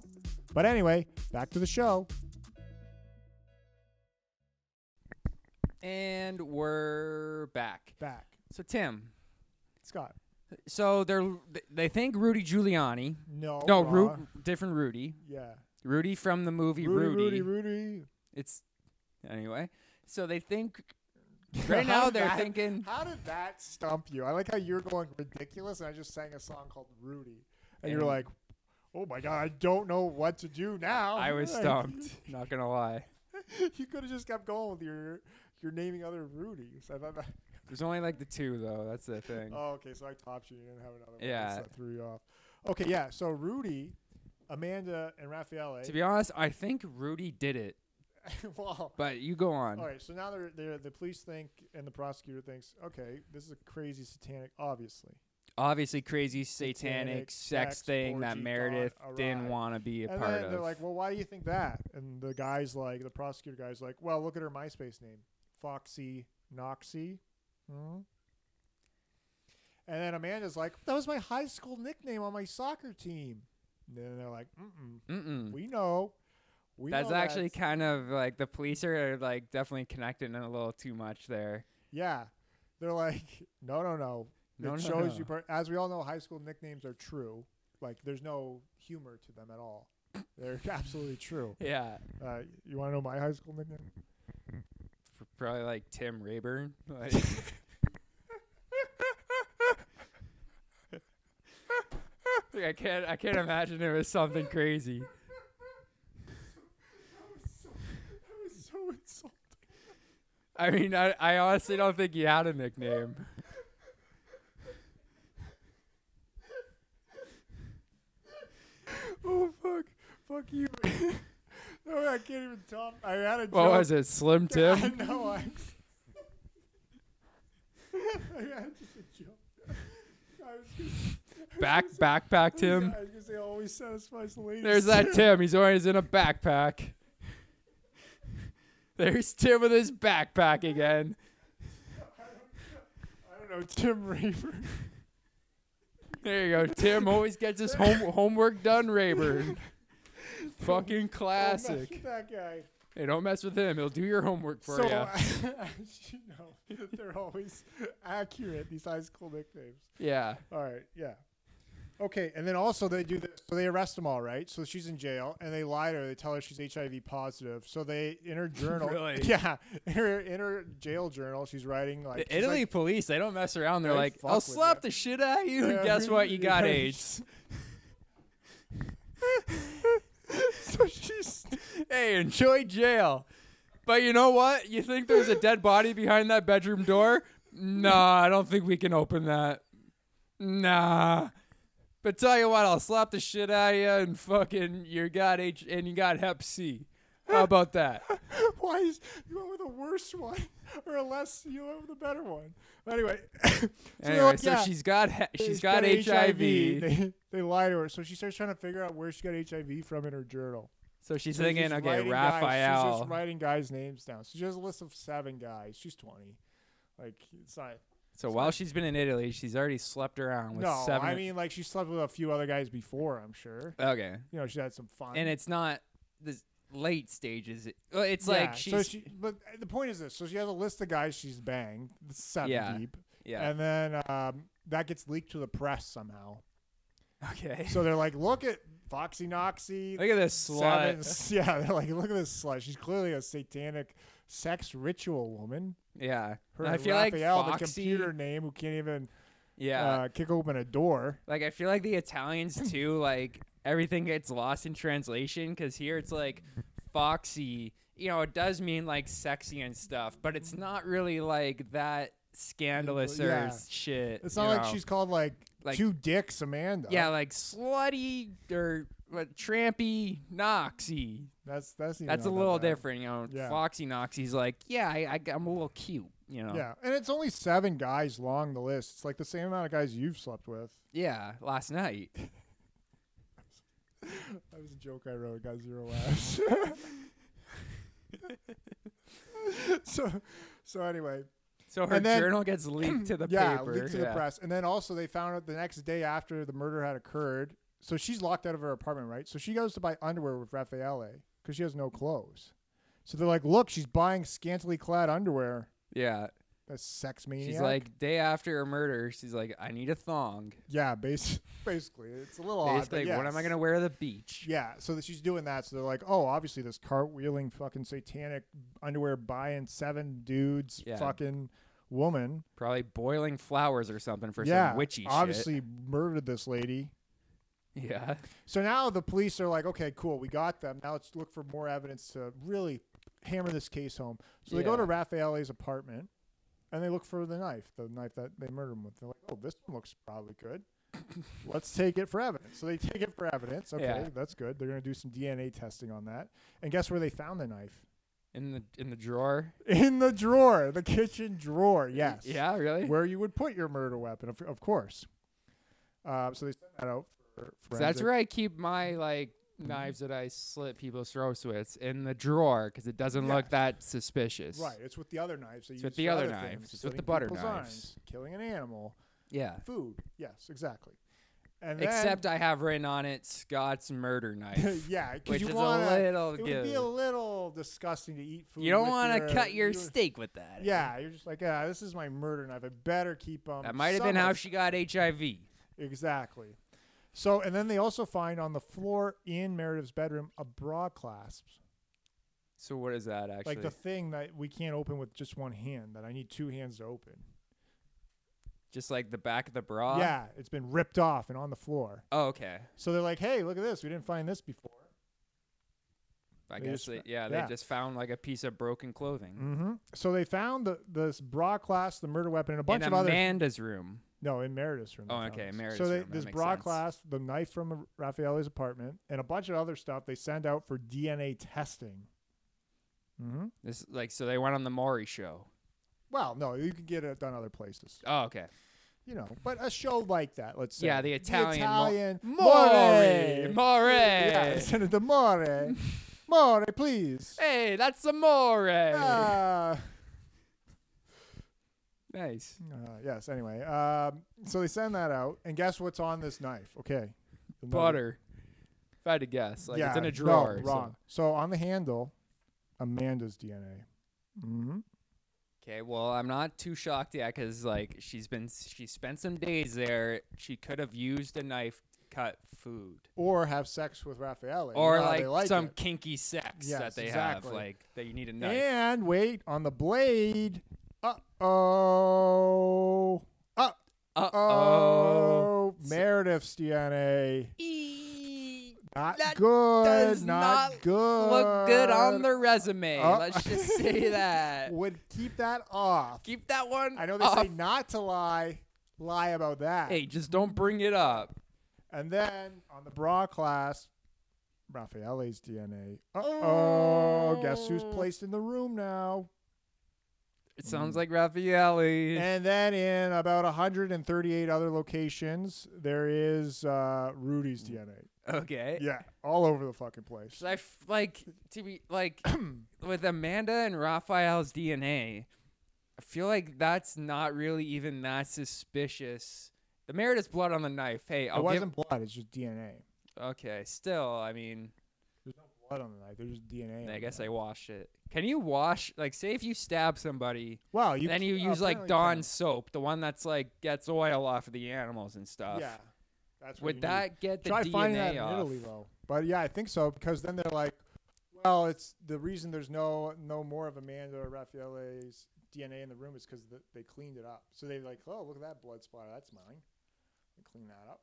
A: But anyway, back to the show.
B: And we're back.
A: Back.
B: So Tim,
A: Scott.
B: so they're they think Rudy Giuliani.
A: No.
B: No,
A: Ra-
B: Ru- different Rudy.
A: Yeah.
B: Rudy from the movie Rudy.
A: uh. Rudy, Rudy, Rudy.
B: It's anyway. So they think right now they're
A: How did-
B: thinking
A: How did that stump you? I like how you're going ridiculous, and I just sang a song called Rudy, and you're
B: And-
A: like, "Oh my god, I don't know what to do now."
B: I was
A: Like,
B: stumped. Not gonna lie.
A: you could have just kept going with your your naming other Rudys. I thought that.
B: There's only like the two though. That's the thing.
A: Oh, okay, so I topped you. You didn't have another one.
B: Yeah.
A: so that threw you off. Okay, yeah. So Rudy, Amanda, and eh? Raffaele.
B: To be honest, I think Rudy did it.
A: wow.
B: But you go on.
A: All right, so now they're, they're, the police think and the prosecutor thinks, okay, this is a crazy satanic, obviously.
B: Obviously, crazy satanic
A: Satanic
B: sex
A: sex
B: thing that
A: orgy
B: Meredith
A: gone
B: didn't
A: awry.
B: want to be a
A: and
B: part
A: then
B: of.
A: they're like, "Well, why do you think that?" And the guy's like, the prosecutor guy's like, "Well, look at her MySpace name, Foxy Noxy." Hmm? And then Amanda's like, "That was my high school nickname on my soccer team." And then they're like, Mm-mm,
B: Mm-mm.
A: "We know, we
B: That's
A: know
B: actually
A: that's-
B: kind of like the police are like definitely connecting a little too much there.
A: yeah." They're like, "No, no, no." It
B: No, no,
A: shows
B: no.
A: you, per- as we all know, high school nicknames are true. Like, there's no humor to them at all. They're absolutely true.
B: Yeah,
A: Uh, you want to know my high school nickname?
B: P- probably like Tim Rayburn. Like, Like, I can't. I can't imagine it was something crazy.
A: That was so insulting.
B: I mean, I, I honestly don't think he had a nickname.
A: Oh fuck, fuck you. no, I can't even talk. I had a joke.
B: What was it, Slim
A: I
B: Tim?
A: know. I, I had just a joke. I was gonna,
B: Back backpack Tim.
A: I was gonna say always satisfies the ladies.
B: There's that Tim. He's always in a backpack. There's Tim with his backpack again.
A: I don't know Tim Raver.
B: There you go. Tim always gets his home- homework done, Rayburn. Fucking classic.
A: that guy.
B: Hey, don't mess with him. He'll do your homework for
A: so
B: you.
A: as you know, they're always accurate. These high school nicknames.
B: Yeah.
A: All right, yeah. Okay, and then also they do this. So they arrest them all, right? So she's in jail, and they lie to her. They tell her she's HIV positive. So they in her journal,
B: Really?
A: yeah, in her in her jail journal, she's writing like
B: The
A: she's
B: Italy
A: like-
B: police, they don't mess around. They're
A: They
B: like,
A: fuck
B: I'll
A: with
B: slap
A: it.
B: the shit out of you. And
A: Yeah,
B: guess what? You got
A: yeah.
B: AIDS.
A: so she's
B: Hey, enjoy jail. But you know what? You think there's a dead body behind that bedroom door? Nah, I don't think we can open that. Nah. But tell you what, I'll slap the shit out of you and fucking you got H and you got Hep C. How about that?
A: why is you went with a worse one or a less? You went with a better one. Anyway, so they're
B: anyway,
A: like,
B: so
A: yeah,
B: she's got he- she's got, HIV.
A: They, they lie to her, so she starts trying to figure out where she got HIV from in her journal.
B: so she's
A: So she's
B: thinking,
A: just
B: okay,
A: writing guys- she's
B: Raphael.
A: just writing guys' names down. So she has a list of seven guys. She's twenty. Like it's not.
B: so while she's been in Italy, she's already slept around with
A: no,
B: seven.
A: I mean like she slept with a few other guys before. I'm sure.
B: okay,
A: You know she had some fun.
B: and it's not the late stages. It- well, It's
A: Yeah,
B: like she's
A: so she. But the point is this: so she has a list of guys she's banged, seven
B: Yeah.
A: deep,
B: yeah
A: and then um, that gets leaked to the press somehow.
B: okay.
A: So they're like, "Look at Foxy Noxy,
B: Look at this
A: seven,
B: slut.
A: yeah." They're like, "Look at this slut. She's clearly a satanic sex ritual woman."
B: Yeah,
A: Her
B: And I
A: and
B: feel
A: Raphael, the
B: like Foxy.
A: computer name, who can't even
B: yeah,
A: uh, kick open a door.
B: like I feel like the Italians too. Like everything gets lost in translation because here it's like Foxy. You know, it does mean like sexy and stuff, but it's not really like that scandalous or
A: Yeah.
B: s- shit.
A: It's
B: you
A: not like
B: know?
A: she's called like,
B: Like-
A: two dicks Amanda.
B: yeah, like slutty or what, trampy, noxy.
A: that's that's even
B: That's a
A: not that
B: little
A: bad.
B: different, you know.
A: Yeah.
B: Foxy Noxy's like, yeah, I, I, I'm a little cute. you know.
A: Yeah, and it's only seven guys long the list. It's like the same amount of guys you've slept with.
B: Yeah, last night.
A: That was a joke I wrote. Got zero laughs. so, so anyway,
B: So her
A: And then-
B: journal gets leaked to the
A: yeah,
B: paper.
A: leaked to the
B: yeah.
A: press, and then also they found out the next day after the murder had occurred. So she's locked out of her apartment, right? So she goes to buy underwear with Raffaele because she has no clothes. So they're like, "Look, she's buying scantily clad underwear."
B: Yeah.
A: That's sex maniac.
B: She's like day after her murder, she's like, I need a thong.
A: "Yeah, basically, basically, it's a little odd."
B: Basically,
A: but
B: what am I
A: yes.
B: gonna wear to the beach?
A: Yeah, so that she's doing that. So they're like, oh, obviously this cartwheeling fucking satanic underwear buying seven dudes
B: Yeah.
A: fucking woman.
B: Probably boiling flowers or something for
A: yeah,
B: some witchy
A: obviously murdered this lady.
B: shit. Yeah.
A: So now the police are like, okay, cool, we got them. Now let's look for more evidence to really hammer this case home. So they go
B: Yeah.
A: to Raffaele's apartment and they look for the knife, the knife that they murdered him with. They're like, oh, this one looks probably good. Let's take it for evidence. So they take it for evidence. Okay,
B: Yeah.
A: that's good. They're going to do some DNA testing on that. And guess where they found the knife?
B: In the in the drawer.
A: In the drawer, the kitchen drawer. Yes.
B: Yeah, really?
A: Where you would put your murder weapon, of, of course. Uh, so they sent that out for
B: So that's
A: forensic-
B: where I keep my like
A: Mm-hmm.
B: knives that I slit people's throats with in the drawer because it doesn't
A: Yeah.
B: look that suspicious.
A: Right. It's with the other knives. They
B: It's
A: use
B: with
A: for
B: the other
A: things,
B: knives. It's with
A: slitting
B: the butter
A: people's
B: knives.
A: arms, killing an animal.
B: Yeah.
A: Food. Yes, exactly. And then-
B: Except I have written on it Scott's murder knife.
A: yeah, because
B: Which
A: you
B: is
A: want
B: a little
A: It would be
B: good.
A: a little disgusting to eat food.
B: you don't
A: want to
B: cut your
A: you,
B: steak with that.
A: Yeah, you're just like, ah, this is my murder knife. I better keep um.
B: That might have been how
A: somewhere."
B: she got HIV.
A: Exactly. So, and then they also find on the floor in Meredith's bedroom a bra clasp,
B: So what is that actually?
A: like the thing that we can't open with just one hand. That I need two hands to open.
B: Just like the back of the bra.
A: yeah, it's been ripped off and on the floor.
B: Oh, okay.
A: So they're like, "Hey, look at this. We didn't find this before."
B: I
A: They
B: guess
A: just
B: they,
A: fa-
B: yeah,
A: yeah.
B: they just found like a piece of broken clothing
A: Mm-hmm. So they found the this bra class, the murder weapon, and a bunch
B: in
A: of other
B: Amanda's room.
A: no in Meredith's room. they
B: Oh,
A: found
B: okay,
A: this.
B: Meredith's
A: So they,
B: room, that
A: this
B: makes
A: bra
B: sense.
A: class, the knife from Raffaele's apartment, and a bunch of other stuff they send out for DNA testing. Mm-hmm.
B: This like so they went on the Maury show.
A: Well, no, you can get it done other places,
B: Oh, okay.
A: you know. But a show like that, let's say,
B: Yeah, the Italian Mau-
A: Italian
B: Maury,
A: Maury.
B: Maury.
A: yeah, send it to More, More, please.
B: Hey, that's the Maury.
A: Ah.
B: nice.
A: Uh, yes. Anyway, um, so they send that out, and guess what's on this knife? Okay, The knife-
B: Butter. If I had to guess, like it's in
A: no,
B: a drawer.
A: wrong. So. on the handle, Amanda's DNA. hmm
B: Okay, well, I'm not too shocked yet because like she's been she spent some days there. She could have used a knife to cut food
A: Or have sex with Raffaele. You
B: or
A: know how they
B: like, some
A: it.
B: kinky sex
A: Yes,
B: that they
A: exactly.
B: have, like that you need a knife.
A: And wait, on the blade. Uh oh. Uh
B: Uh oh.
A: oh. Meredith's DNA. Not
B: That
A: good.
B: does
A: not,
B: not
A: good.
B: Look good on the resume.
A: Uh,
B: Let's just say that.
A: Would keep that off.
B: Keep that one.
A: I know they
B: off.
A: say not to lie, lie about that.
B: Uh, Hey, just don't bring it up.
A: And then on the bra class, Raffaele's DNA. Oh, guess who's
B: Oh.
A: placed in the room now?
B: It sounds like Raffaelli.
A: And then in about 138 other locations, there is uh, Rudy's DNA.
B: okay.
A: Yeah, all over the fucking place.
B: Mm. Should I f- like to be like with Amanda and Raphael's DNA? I feel like that's not really even that suspicious. The Meredith's blood on the knife. Hey,
A: It
B: I'll give-
A: wasn't blood; it's just DNA.
B: okay. Still, I mean,
A: There's no blood on the knife. There's just DNA. on
B: I
A: the
B: guess I
A: knife.
B: washed it. Can you wash like say if you stab somebody,
A: Well, Oh, you
B: then you
A: can-
B: use like
A: apparently
B: Dawn
A: can.
B: soap, the one that's like gets oil off of the animals and stuff.
A: Yeah, that's what you
B: Would
A: need.
B: that get the
A: Try
B: DNA
A: finding that in
B: off?
A: Italy though. But yeah, I think so because then they're like, well, it's the reason there's no no more of Amanda or Raffaele's DNA in the room is because the, they cleaned it up. So they like, oh, look at that blood splatter, that's mine. They clean that up.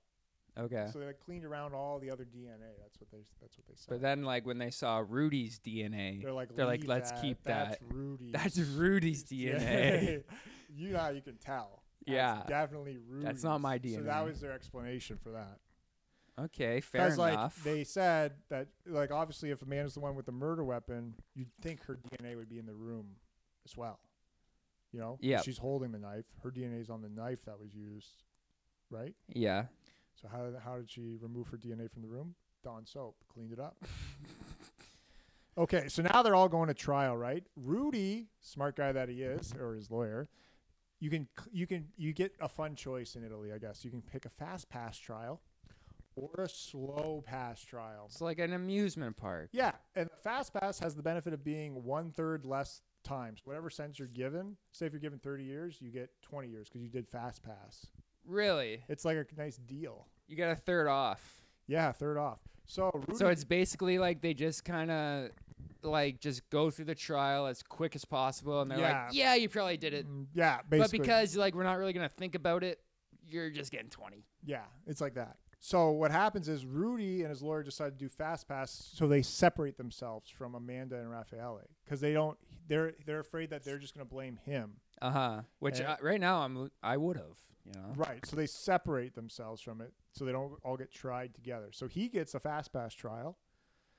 B: Okay.
A: So they like, cleaned around all the other DNA. That's what they that's what they said.
B: But then like when they saw Rudy's DNA,
A: they're like,
B: they're like,
A: "Leave
B: let's keep
A: That's
B: that.
A: Rudy.
B: That's Rudy's DNA.
A: you know how you can tell. That's
B: Yeah.
A: definitely Rudy.
B: That's not my
A: So that
B: DNA.
A: was their explanation for that.
B: okay, fair
A: Because like
B: enough.
A: they said that like obviously if Amanda's the one with the murder weapon, you'd think her DNA would be in the room as well. You know,
B: Yep.
A: she's holding the knife. Her DNA's on the knife that was used, right?
B: Yeah.
A: So how how did she remove her DNA from the room? Dawn soap cleaned it up. okay, so now they're all going to trial, right? Rudy, smart guy that he is, or his lawyer, you can you can you get a fun choice in Italy, I guess. You can pick a fast pass trial or a slow pass trial.
B: It's like an amusement park.
A: Yeah, and the fast pass has the benefit of being one third less times. Whatever sentence you're given, say if you're given 30 years, you get 20 years because you did fast pass.
B: Really?
A: It's like a nice deal.
B: You got a third off.
A: Yeah, third off. So, Rudy,
B: So it's basically like they just kind of like just go through the trial as quick as possible and they're like, "Yeah, you probably did it."
A: Mm, yeah, basically.
B: But because like we're not really going to think about it, you're just getting 20.
A: yeah, it's like that. So what happens is Rudy and his lawyer decide to do fast pass, so they separate themselves from Amanda and Raffaele because they don't. They're they're afraid that they're just going to blame him.
B: Uh-huh. Which
A: Yeah.
B: uh, right now I'm I would have, you know.
A: Right. So they separate themselves from it, so they don't all get tried together. So he gets a fast pass trial.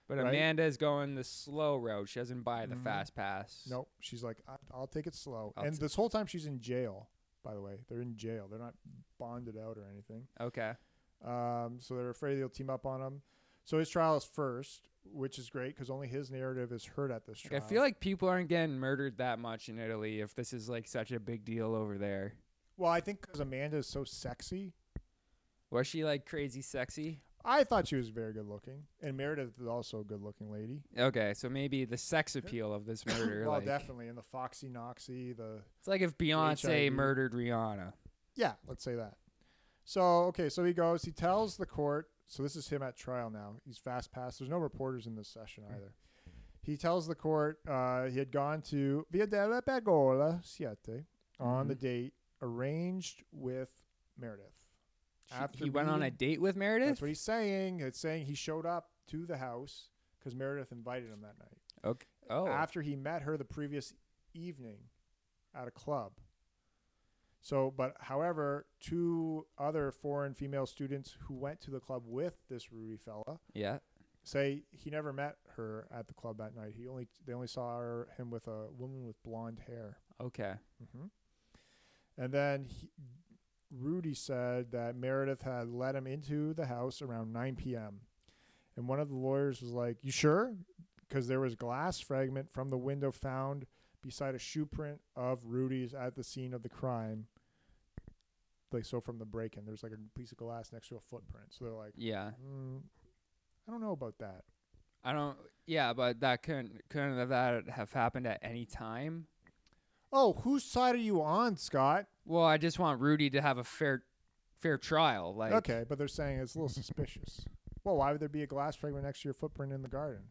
B: But
A: Right.
B: Amanda is going the slow route. She doesn't buy the
A: Mhm.
B: fast pass.
A: Nope. She's like, I, I'll take it slow.
B: I'll
A: and
B: t-
A: this whole time she's in jail. By the way, they're in jail. They're not bonded out or anything.
B: Okay.
A: Um, so they're afraid they'll team up on him. So his trial is first, which is great because only his narrative is heard at this trial.
B: Like, I feel like people aren't getting murdered that much in Italy if this is like such a big deal over there.
A: well, I think because Amanda is so sexy,
B: Was she like crazy sexy?
A: I thought she was very good looking, and Meredith is also a good looking lady.
B: Okay, so maybe the sex appeal of this murder.
A: well,
B: like,
A: definitely, and the foxy noxy, the
B: It's like if Beyonce
A: HIV.
B: murdered Rihanna.
A: yeah, let's say that. So okay, so he goes. He tells the court. So this is him at trial now. He's fast passed. There's no reporters in this session
B: Mm.
A: either. He tells the court uh, he had gone to Via della Pergola Siete on the
B: Mhm.
A: date arranged with Meredith.
B: She-
A: After
B: he went on a
A: meeting-
B: date with Meredith.
A: That's what he's saying. It's saying he showed up to the house because Meredith invited him that night.
B: okay. Oh,
A: After he met her the previous evening at a club. So, but however, two other foreign female students who went to the club with this Rudy fella
B: yeah.
A: say he never met her at the club that night. He only they only saw her, him with a woman with blonde hair.
B: Okay.
A: hmm Mm-hmm. And then he, Rudy said that Meredith had let him into the house around 9 p.m. And one of the lawyers was like, "You sure?" Because there was glass fragment from the window found beside a shoe print of Rudy's at the scene of the crime. Like so, from the break-in, there's like a piece of glass next to a footprint. So they're like,
B: Yeah.
A: mm, "I don't know about that."
B: I don't. Yeah, but that couldn't couldn't have that have happened at any time.
A: Oh, whose side are you on, Scott?
B: Well, I just want Rudy to have a fair fair trial. Like,
A: okay, but they're saying it's a little suspicious. Well, why would there be a glass fragment next to your footprint in the garden?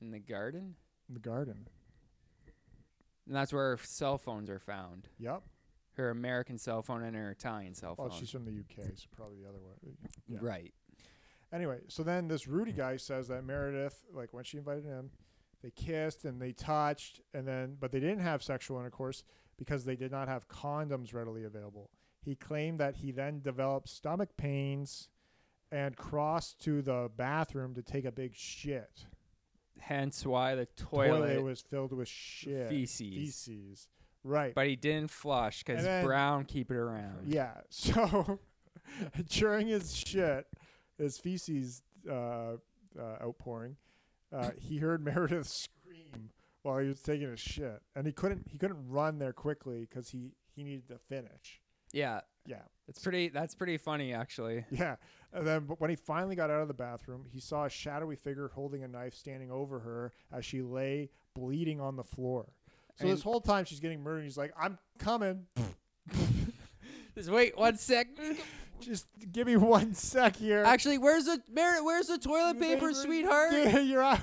B: in the garden,
A: In the garden.
B: and that's where her cell phones are found.
A: Yep.
B: Her American cell phone and her Italian cell phone.
A: Well, she's from the UK, so probably the other one. yeah.
B: Right.
A: Anyway, so then this Rudy guy says that Meredith, like when she invited him, they kissed and they touched, and then but they didn't have sexual intercourse because they did not have condoms readily available. He claimed that he then developed stomach pains and crossed to the bathroom to take a big shit.
B: Hence why the
A: Toilet,
B: toilet.
A: was filled with shit.
B: feces.
A: feces. Right.
B: but he didn't flush because
A: And then-
B: Brown keep it around.
A: yeah. So during his shit, his feces uh, uh, outpouring, uh, he heard Meredith scream while he was taking a shit, and he couldn't he couldn't run there quickly because he he needed to finish.
B: Yeah.
A: Yeah.
B: It's pretty. That's pretty funny, actually.
A: Yeah. And then but when he finally got out of the bathroom, he saw a shadowy figure holding a knife standing over her as she lay bleeding on the floor. So
B: I mean-
A: this whole time she's getting murdered. He's like, "I'm coming.
B: Just wait one sec.
A: Just give me one sec here."
B: Actually, where's the Mer- where's the toilet paper, sweetheart?
A: Yeah, you're out.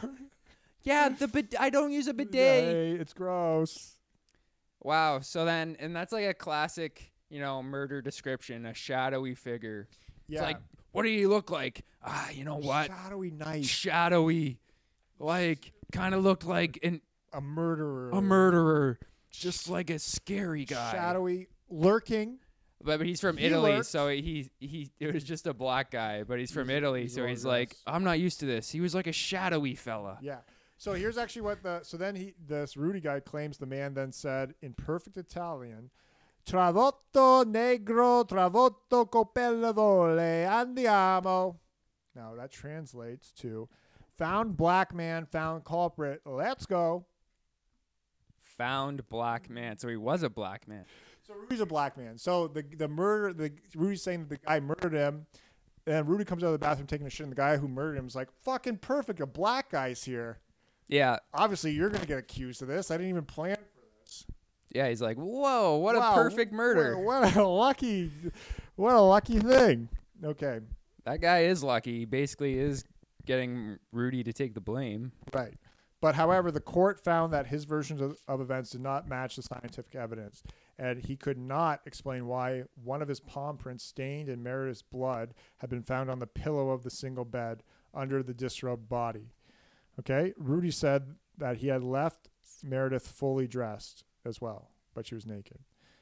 B: Yeah, the bid- I don't use a bidet.
A: Hey, it's gross.
B: Wow. So then, and that's like a classic, you know, murder description. A shadowy figure.
A: Yeah.
B: It's like, what do you look like? Ah, you know what?
A: Shadowy knife.
B: Shadowy. Like, kind of looked like an
A: A murderer.
B: a murderer, just like a scary guy.
A: Shadowy lurking.
B: But, but he's from
A: He
B: Italy,
A: lurked.
B: so he he it was just a black guy, but he's from
A: He's-
B: Italy,
A: he's
B: so
A: well
B: he's like,
A: dressed.
B: I'm not used to this. He was like a shadowy fella.
A: Yeah. So here's actually what the so then he this Rudy guy claims the man then said in perfect Italian, "Travolto negro, travolto copella vole, andiamo." Now that translates to, "Found black man, found culprit, let's go."
B: Found black man. So he was a black man.
A: So Rudy's a black man. So the the murder the Rudy's saying that the guy murdered him. And Rudy comes out of the bathroom taking a shit, and the guy who murdered him is like, "Fucking perfect, a black guy's here."
B: Yeah.
A: obviously you're going to get accused of this. I didn't even plan for this.
B: Yeah. He's like, whoa, what
A: Wow,
B: a perfect murder.
A: What, what a lucky, what a lucky thing. Okay,
B: That guy is lucky. He basically is getting Rudy to take the blame.
A: right. But however, the court found that his versions of, of events did not match the scientific evidence, and he could not explain why one of his palm prints stained in Meredith's blood had been found on the pillow of the single bed under the disrobed body. Okay, Rudy said that he had left Meredith fully dressed as well, but she was naked.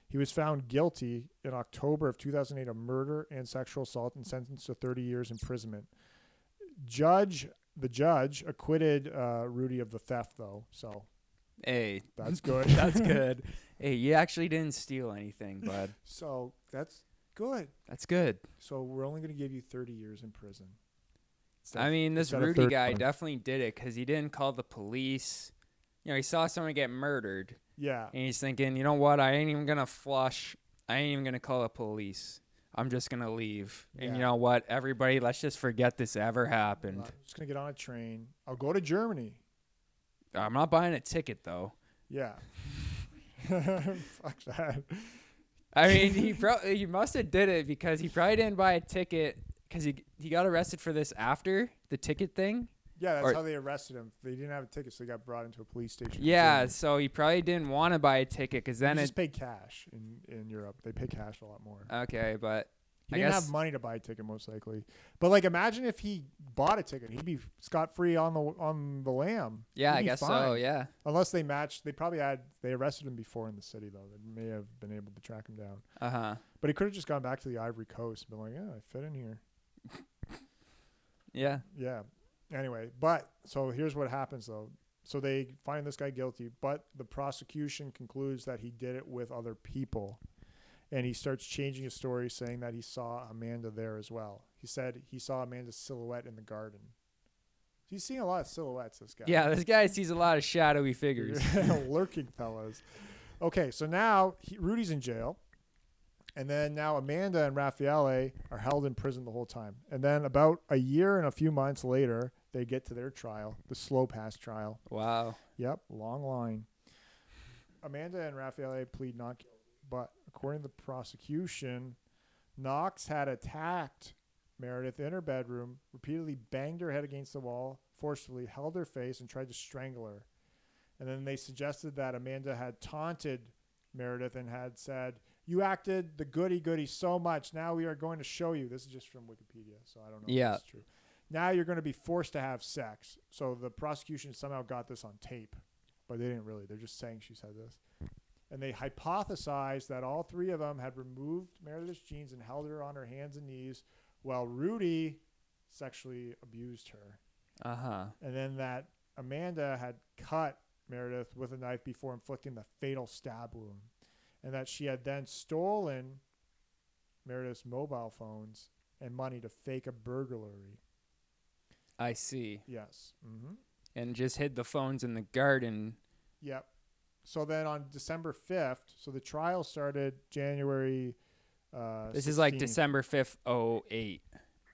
A: He was found guilty in October of 2008 of murder and sexual assault and sentenced to 30 years imprisonment. Judge, the judge acquitted uh, Rudy of the theft, though, so
B: Hey,
A: that's good.
B: that's good. hey, you actually didn't steal anything, bud.
A: so that's good.
B: That's good.
A: So we're only going to give you 30 years in prison. So
B: I mean, this
A: instead of
B: Rudy
A: 30.
B: guy definitely did it because he didn't call the police. You know, he saw someone get murdered,
A: yeah,
B: and he's thinking, you know what? I ain't even gonna flush. I ain't even gonna call the police. I'm just gonna leave. And you
A: Yeah.
B: know what? Everybody, let's just forget this ever happened.
A: I'm just going to get on a train. I'll go to Germany.
B: I'm not buying a ticket though.
A: Yeah. Fuck that.
B: I mean, he probably he must have did it because he probably didn't buy a ticket because he he got arrested for this after the ticket thing.
A: Yeah, that's
B: Or-
A: how they arrested him. They didn't have a ticket, so they got brought into a police station. in
B: Yeah,
A: Germany.
B: so he probably didn't want to buy a ticket because then
A: you
B: it.
A: just pay cash in, in Europe. They pay cash a lot more.
B: Okay, but
A: He
B: I
A: didn't
B: guess-
A: have money to buy a ticket, most likely. But like, imagine if he bought a ticket, he'd be scot free on the on the lamb.
B: yeah,
A: He'd
B: I
A: be
B: guess so.
A: fine.
B: Yeah.
A: Unless they matched, they probably had they arrested him before in the city though. They may have been able to track him down.
B: Uh huh.
A: But he could have just gone back to the Ivory Coast and been like, "Yeah, I fit in here."
B: Yeah.
A: Yeah. Anyway, but so here's what happens though. So they find this guy guilty, but the prosecution concludes that he did it with other people. And he starts changing his story, saying that he saw Amanda there as well. He said he saw Amanda's silhouette in the garden. He's seeing a lot of silhouettes, this guy.
B: Yeah, this guy sees a lot of shadowy figures.
A: Lurking fellas. Okay, so now he, Rudy's in jail. And then now Amanda and Raffaele are held in prison the whole time. And then about a year and a few months later, they get to their trial, the slow pass trial.
B: Wow.
A: Yep, long line. Amanda and Raffaele plead not guilty, but according to the prosecution, Knox had attacked Meredith in her bedroom, repeatedly banged her head against the wall, forcefully held her face, and tried to strangle her. And then they suggested that Amanda had taunted Meredith and had said, You acted the goody goody so much. Now we are going to show you. This is just from Wikipedia, so I don't know
B: Yeah.
A: if it's true. Now you're going to be forced to have sex. So the prosecution somehow got this on tape, but they didn't really. They're just saying she said this. And they hypothesized that all three of them had removed Meredith's jeans and held her on her hands and knees while Rudy sexually abused her
B: Uh huh.
A: and then that Amanda had cut Meredith with a knife before inflicting the fatal stab wound, and that she had then stolen Meredith's mobile phones and money to fake a burglary.
B: I see.
A: Yes. Mm-hmm.
B: And just hid the phones in the garden.
A: Yep. So then on December 5th, so the trial started January. Uh,
B: This is like
A: 16th.
B: December 5th, 08.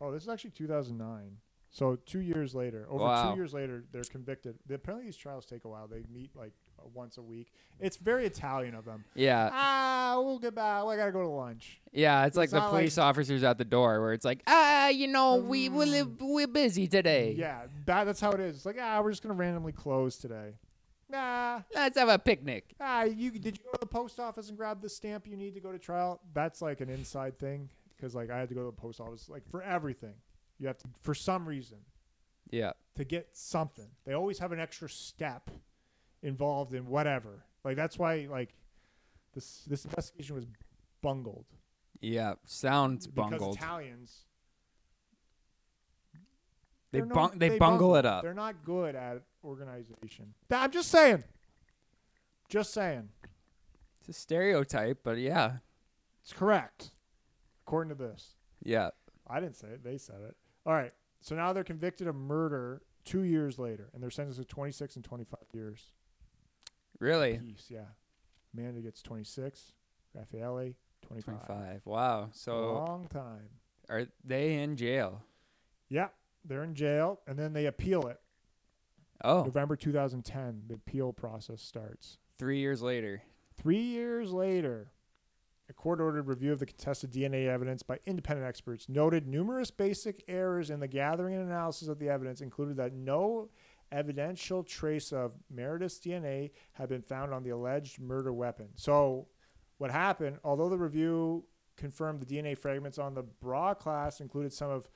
A: Oh, this is actually 2009. So two years later, over
B: Wow.
A: two years later, they're convicted. Apparently, these trials take a while. They meet like uh, once a week. It's very Italian of them.
B: Yeah.
A: ah, we'll get back. I gotta go to lunch.
B: Yeah, it's like
A: It's
B: the
A: not like-
B: police officers at the door where it's like, ah, you know, we, we,
A: Mm.
B: we're busy today.
A: Yeah, that, that's how it is. It's like, ah, we're just gonna randomly close today. Nah,
B: Let's have a picnic.
A: ah, you did you go to the post office and grab the stamp you need to go to trial? That's like an inside thing because like I had to go to the post office like for everything. You have to for some reason
B: Yeah.
A: to get something. They always have an extra step involved in whatever. Like that's why like this this investigation was bungled.
B: Yeah. Sounds
A: because
B: bungled.
A: Italians
B: They
A: They're no-
B: bung- they,
A: they bung-
B: bungle it up.
A: They're not good at organization. Th- I'm just saying. Just saying.
B: It's a stereotype, but yeah,
A: It's correct. According to this.
B: yeah.
A: I didn't say it. They said it. All right. So now they're convicted of murder two years later, and they're sentenced to 26 and 25 years.
B: Really,
A: Peace. Yeah. Amanda gets 26. Raffaele, 25.
B: twenty-five. Wow. So
A: Long time.
B: are they in jail?
A: Yeah. They're in jail, and then they appeal it.
B: Oh,
A: November 2010, the appeal process starts.
B: three years later.
A: Three years later, a court ordered review of the contested DNA evidence by independent experts noted numerous basic errors in the gathering and analysis of the evidence, included that no evidential trace of Meredith's DNA had been found on the alleged murder weapon. So, what happened, although the review confirmed the DNA fragments on the bra class included some of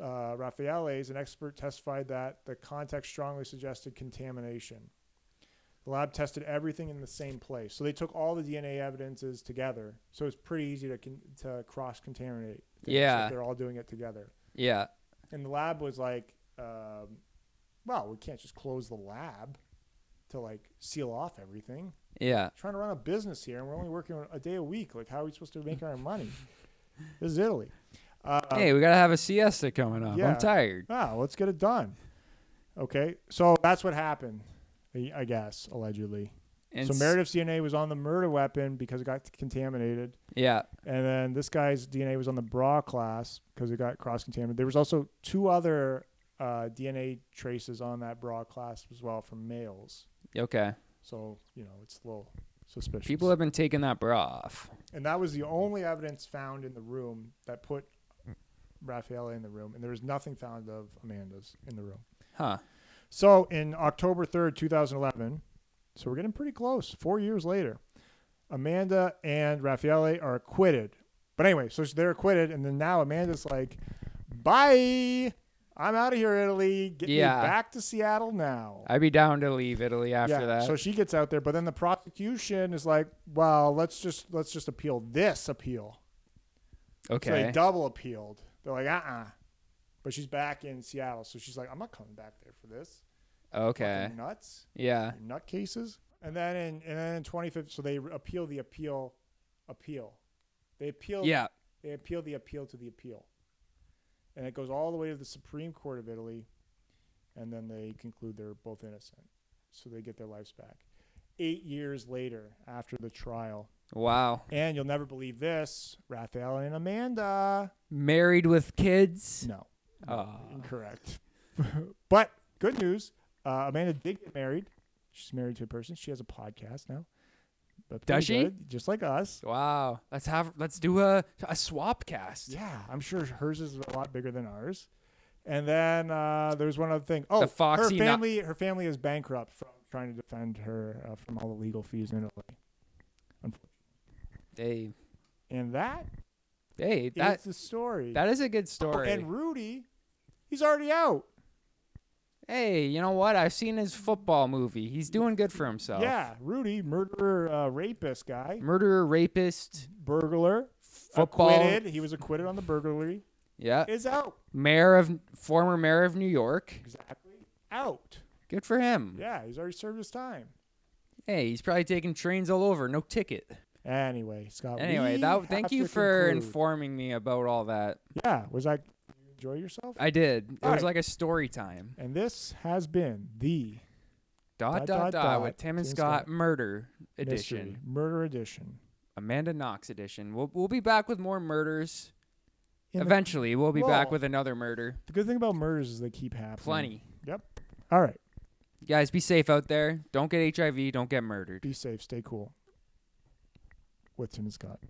A: uh, Raffaele's, an expert testified that the context strongly suggested contamination. The lab tested everything in the same place, so they took all the DNA evidences together. So it's pretty easy to con- to cross contaminate.
B: Yeah.
A: they're all doing it together.
B: Yeah.
A: And the lab was like, um, "Well, we can't just close the lab to like seal off everything.
B: Yeah.
A: trying to run a business here, and we're only working a day a week. Like, how are we supposed to make our money? This is Italy. Uh,
B: hey, we gotta have a siesta coming up.
A: yeah.
B: I'm tired.
A: Oh, let's get it done. Okay, so that's what happened, I I guess, allegedly.
B: And
A: so
B: s-
A: Meredith's DNA was on the murder weapon because it got contaminated,
B: Yeah.
A: and then this guy's DNA was on the bra class because it got cross-contaminated. There was also two other uh, DNA traces on that bra class as well from males.
B: Okay.
A: So you know it's a little suspicious.
B: People have been taking that bra off.
A: and that was the only evidence found in the room that put Raffaele in the room, and there was nothing found of Amanda's in the room.
B: Huh.
A: So in October 3rd, 2011, so we're getting pretty close, four years later, Amanda and Raffaele are acquitted. But anyway, so they're acquitted, and then now Amanda's like, bye. I'm out of here, Italy. Get
B: Yeah.
A: me back to Seattle now.
B: I'd be down to leave Italy after that.
A: So she gets out there, but then the prosecution is like, well, let's just let's just appeal this appeal. So
B: okay.
A: they double appealed. They're like, uh-uh. But she's back in Seattle, so she's like, I'm not coming back there for this.
B: okay.
A: Fucking nuts
B: Yeah.
A: nutcases. And then in and then in 2015, so they appeal the appeal, appeal. They appeal.
B: Yeah.
A: They appeal the appeal to the appeal, and it goes all the way to the Supreme Court of Italy, and then they conclude they're both innocent, so they get their lives back. Eight years later, after the trial,
B: Wow.
A: and you'll never believe this: Raphael and Amanda.
B: Married with kids.
A: No,
B: Oh.
A: incorrect. but good news: uh, Amanda did get married. She's married to a person. She has a podcast now. But
B: Does
A: pretty
B: she?
A: good, just like us.
B: Wow. Let's have let's do a a swap cast.
A: Yeah, I'm sure hers is a lot bigger than ours. And then uh, there's one other thing. Oh, her
B: Foxy Kno-
A: family, her family is bankrupt from trying to defend her uh, from all the legal fees in Italy.
B: Hey.
A: And that
B: Hey,
A: is
B: that
A: the story.
B: that is a good
A: Oh,
B: story.
A: and Rudy, he's already out.
B: hey, you know what? I've seen his football movie. He's doing good for himself.
A: Yeah, Rudy, murderer, uh, rapist guy,
B: Murderer, rapist,
A: burglar.
B: football.
A: Acquitted. He was acquitted on the burglary.
B: Yeah.
A: Is out.
B: Mayor of former mayor of New York.
A: Exactly. Out.
B: Good for him.
A: Yeah, he's already served his time.
B: Hey, he's probably taking trains all over. No ticket.
A: Anyway, Scott.
B: Anyway,
A: we
B: that thank
A: have
B: you
A: to
B: for
A: conclude.
B: informing me about all that.
A: Yeah, was that? you Enjoy yourself.
B: I did. It
A: All
B: was
A: right.
B: like a story time.
A: And this has been the Dot,
B: Dot
A: dot,
B: dot dot with
A: dot.
B: Tim and
A: Tim
B: Scott,
A: Scott.
B: murder edition.
A: mystery murder edition.
B: Amanda Knox edition. We'll we'll be back with more murders.
A: In the-
B: Eventually, we'll be back
A: Well-
B: with another murder.
A: The good thing about murders is they keep happening.
B: Plenty.
A: All right.
B: Guys, be safe out there. Don't get HIV. Don't get murdered.
A: Be safe. Stay cool. With Tim and Scott.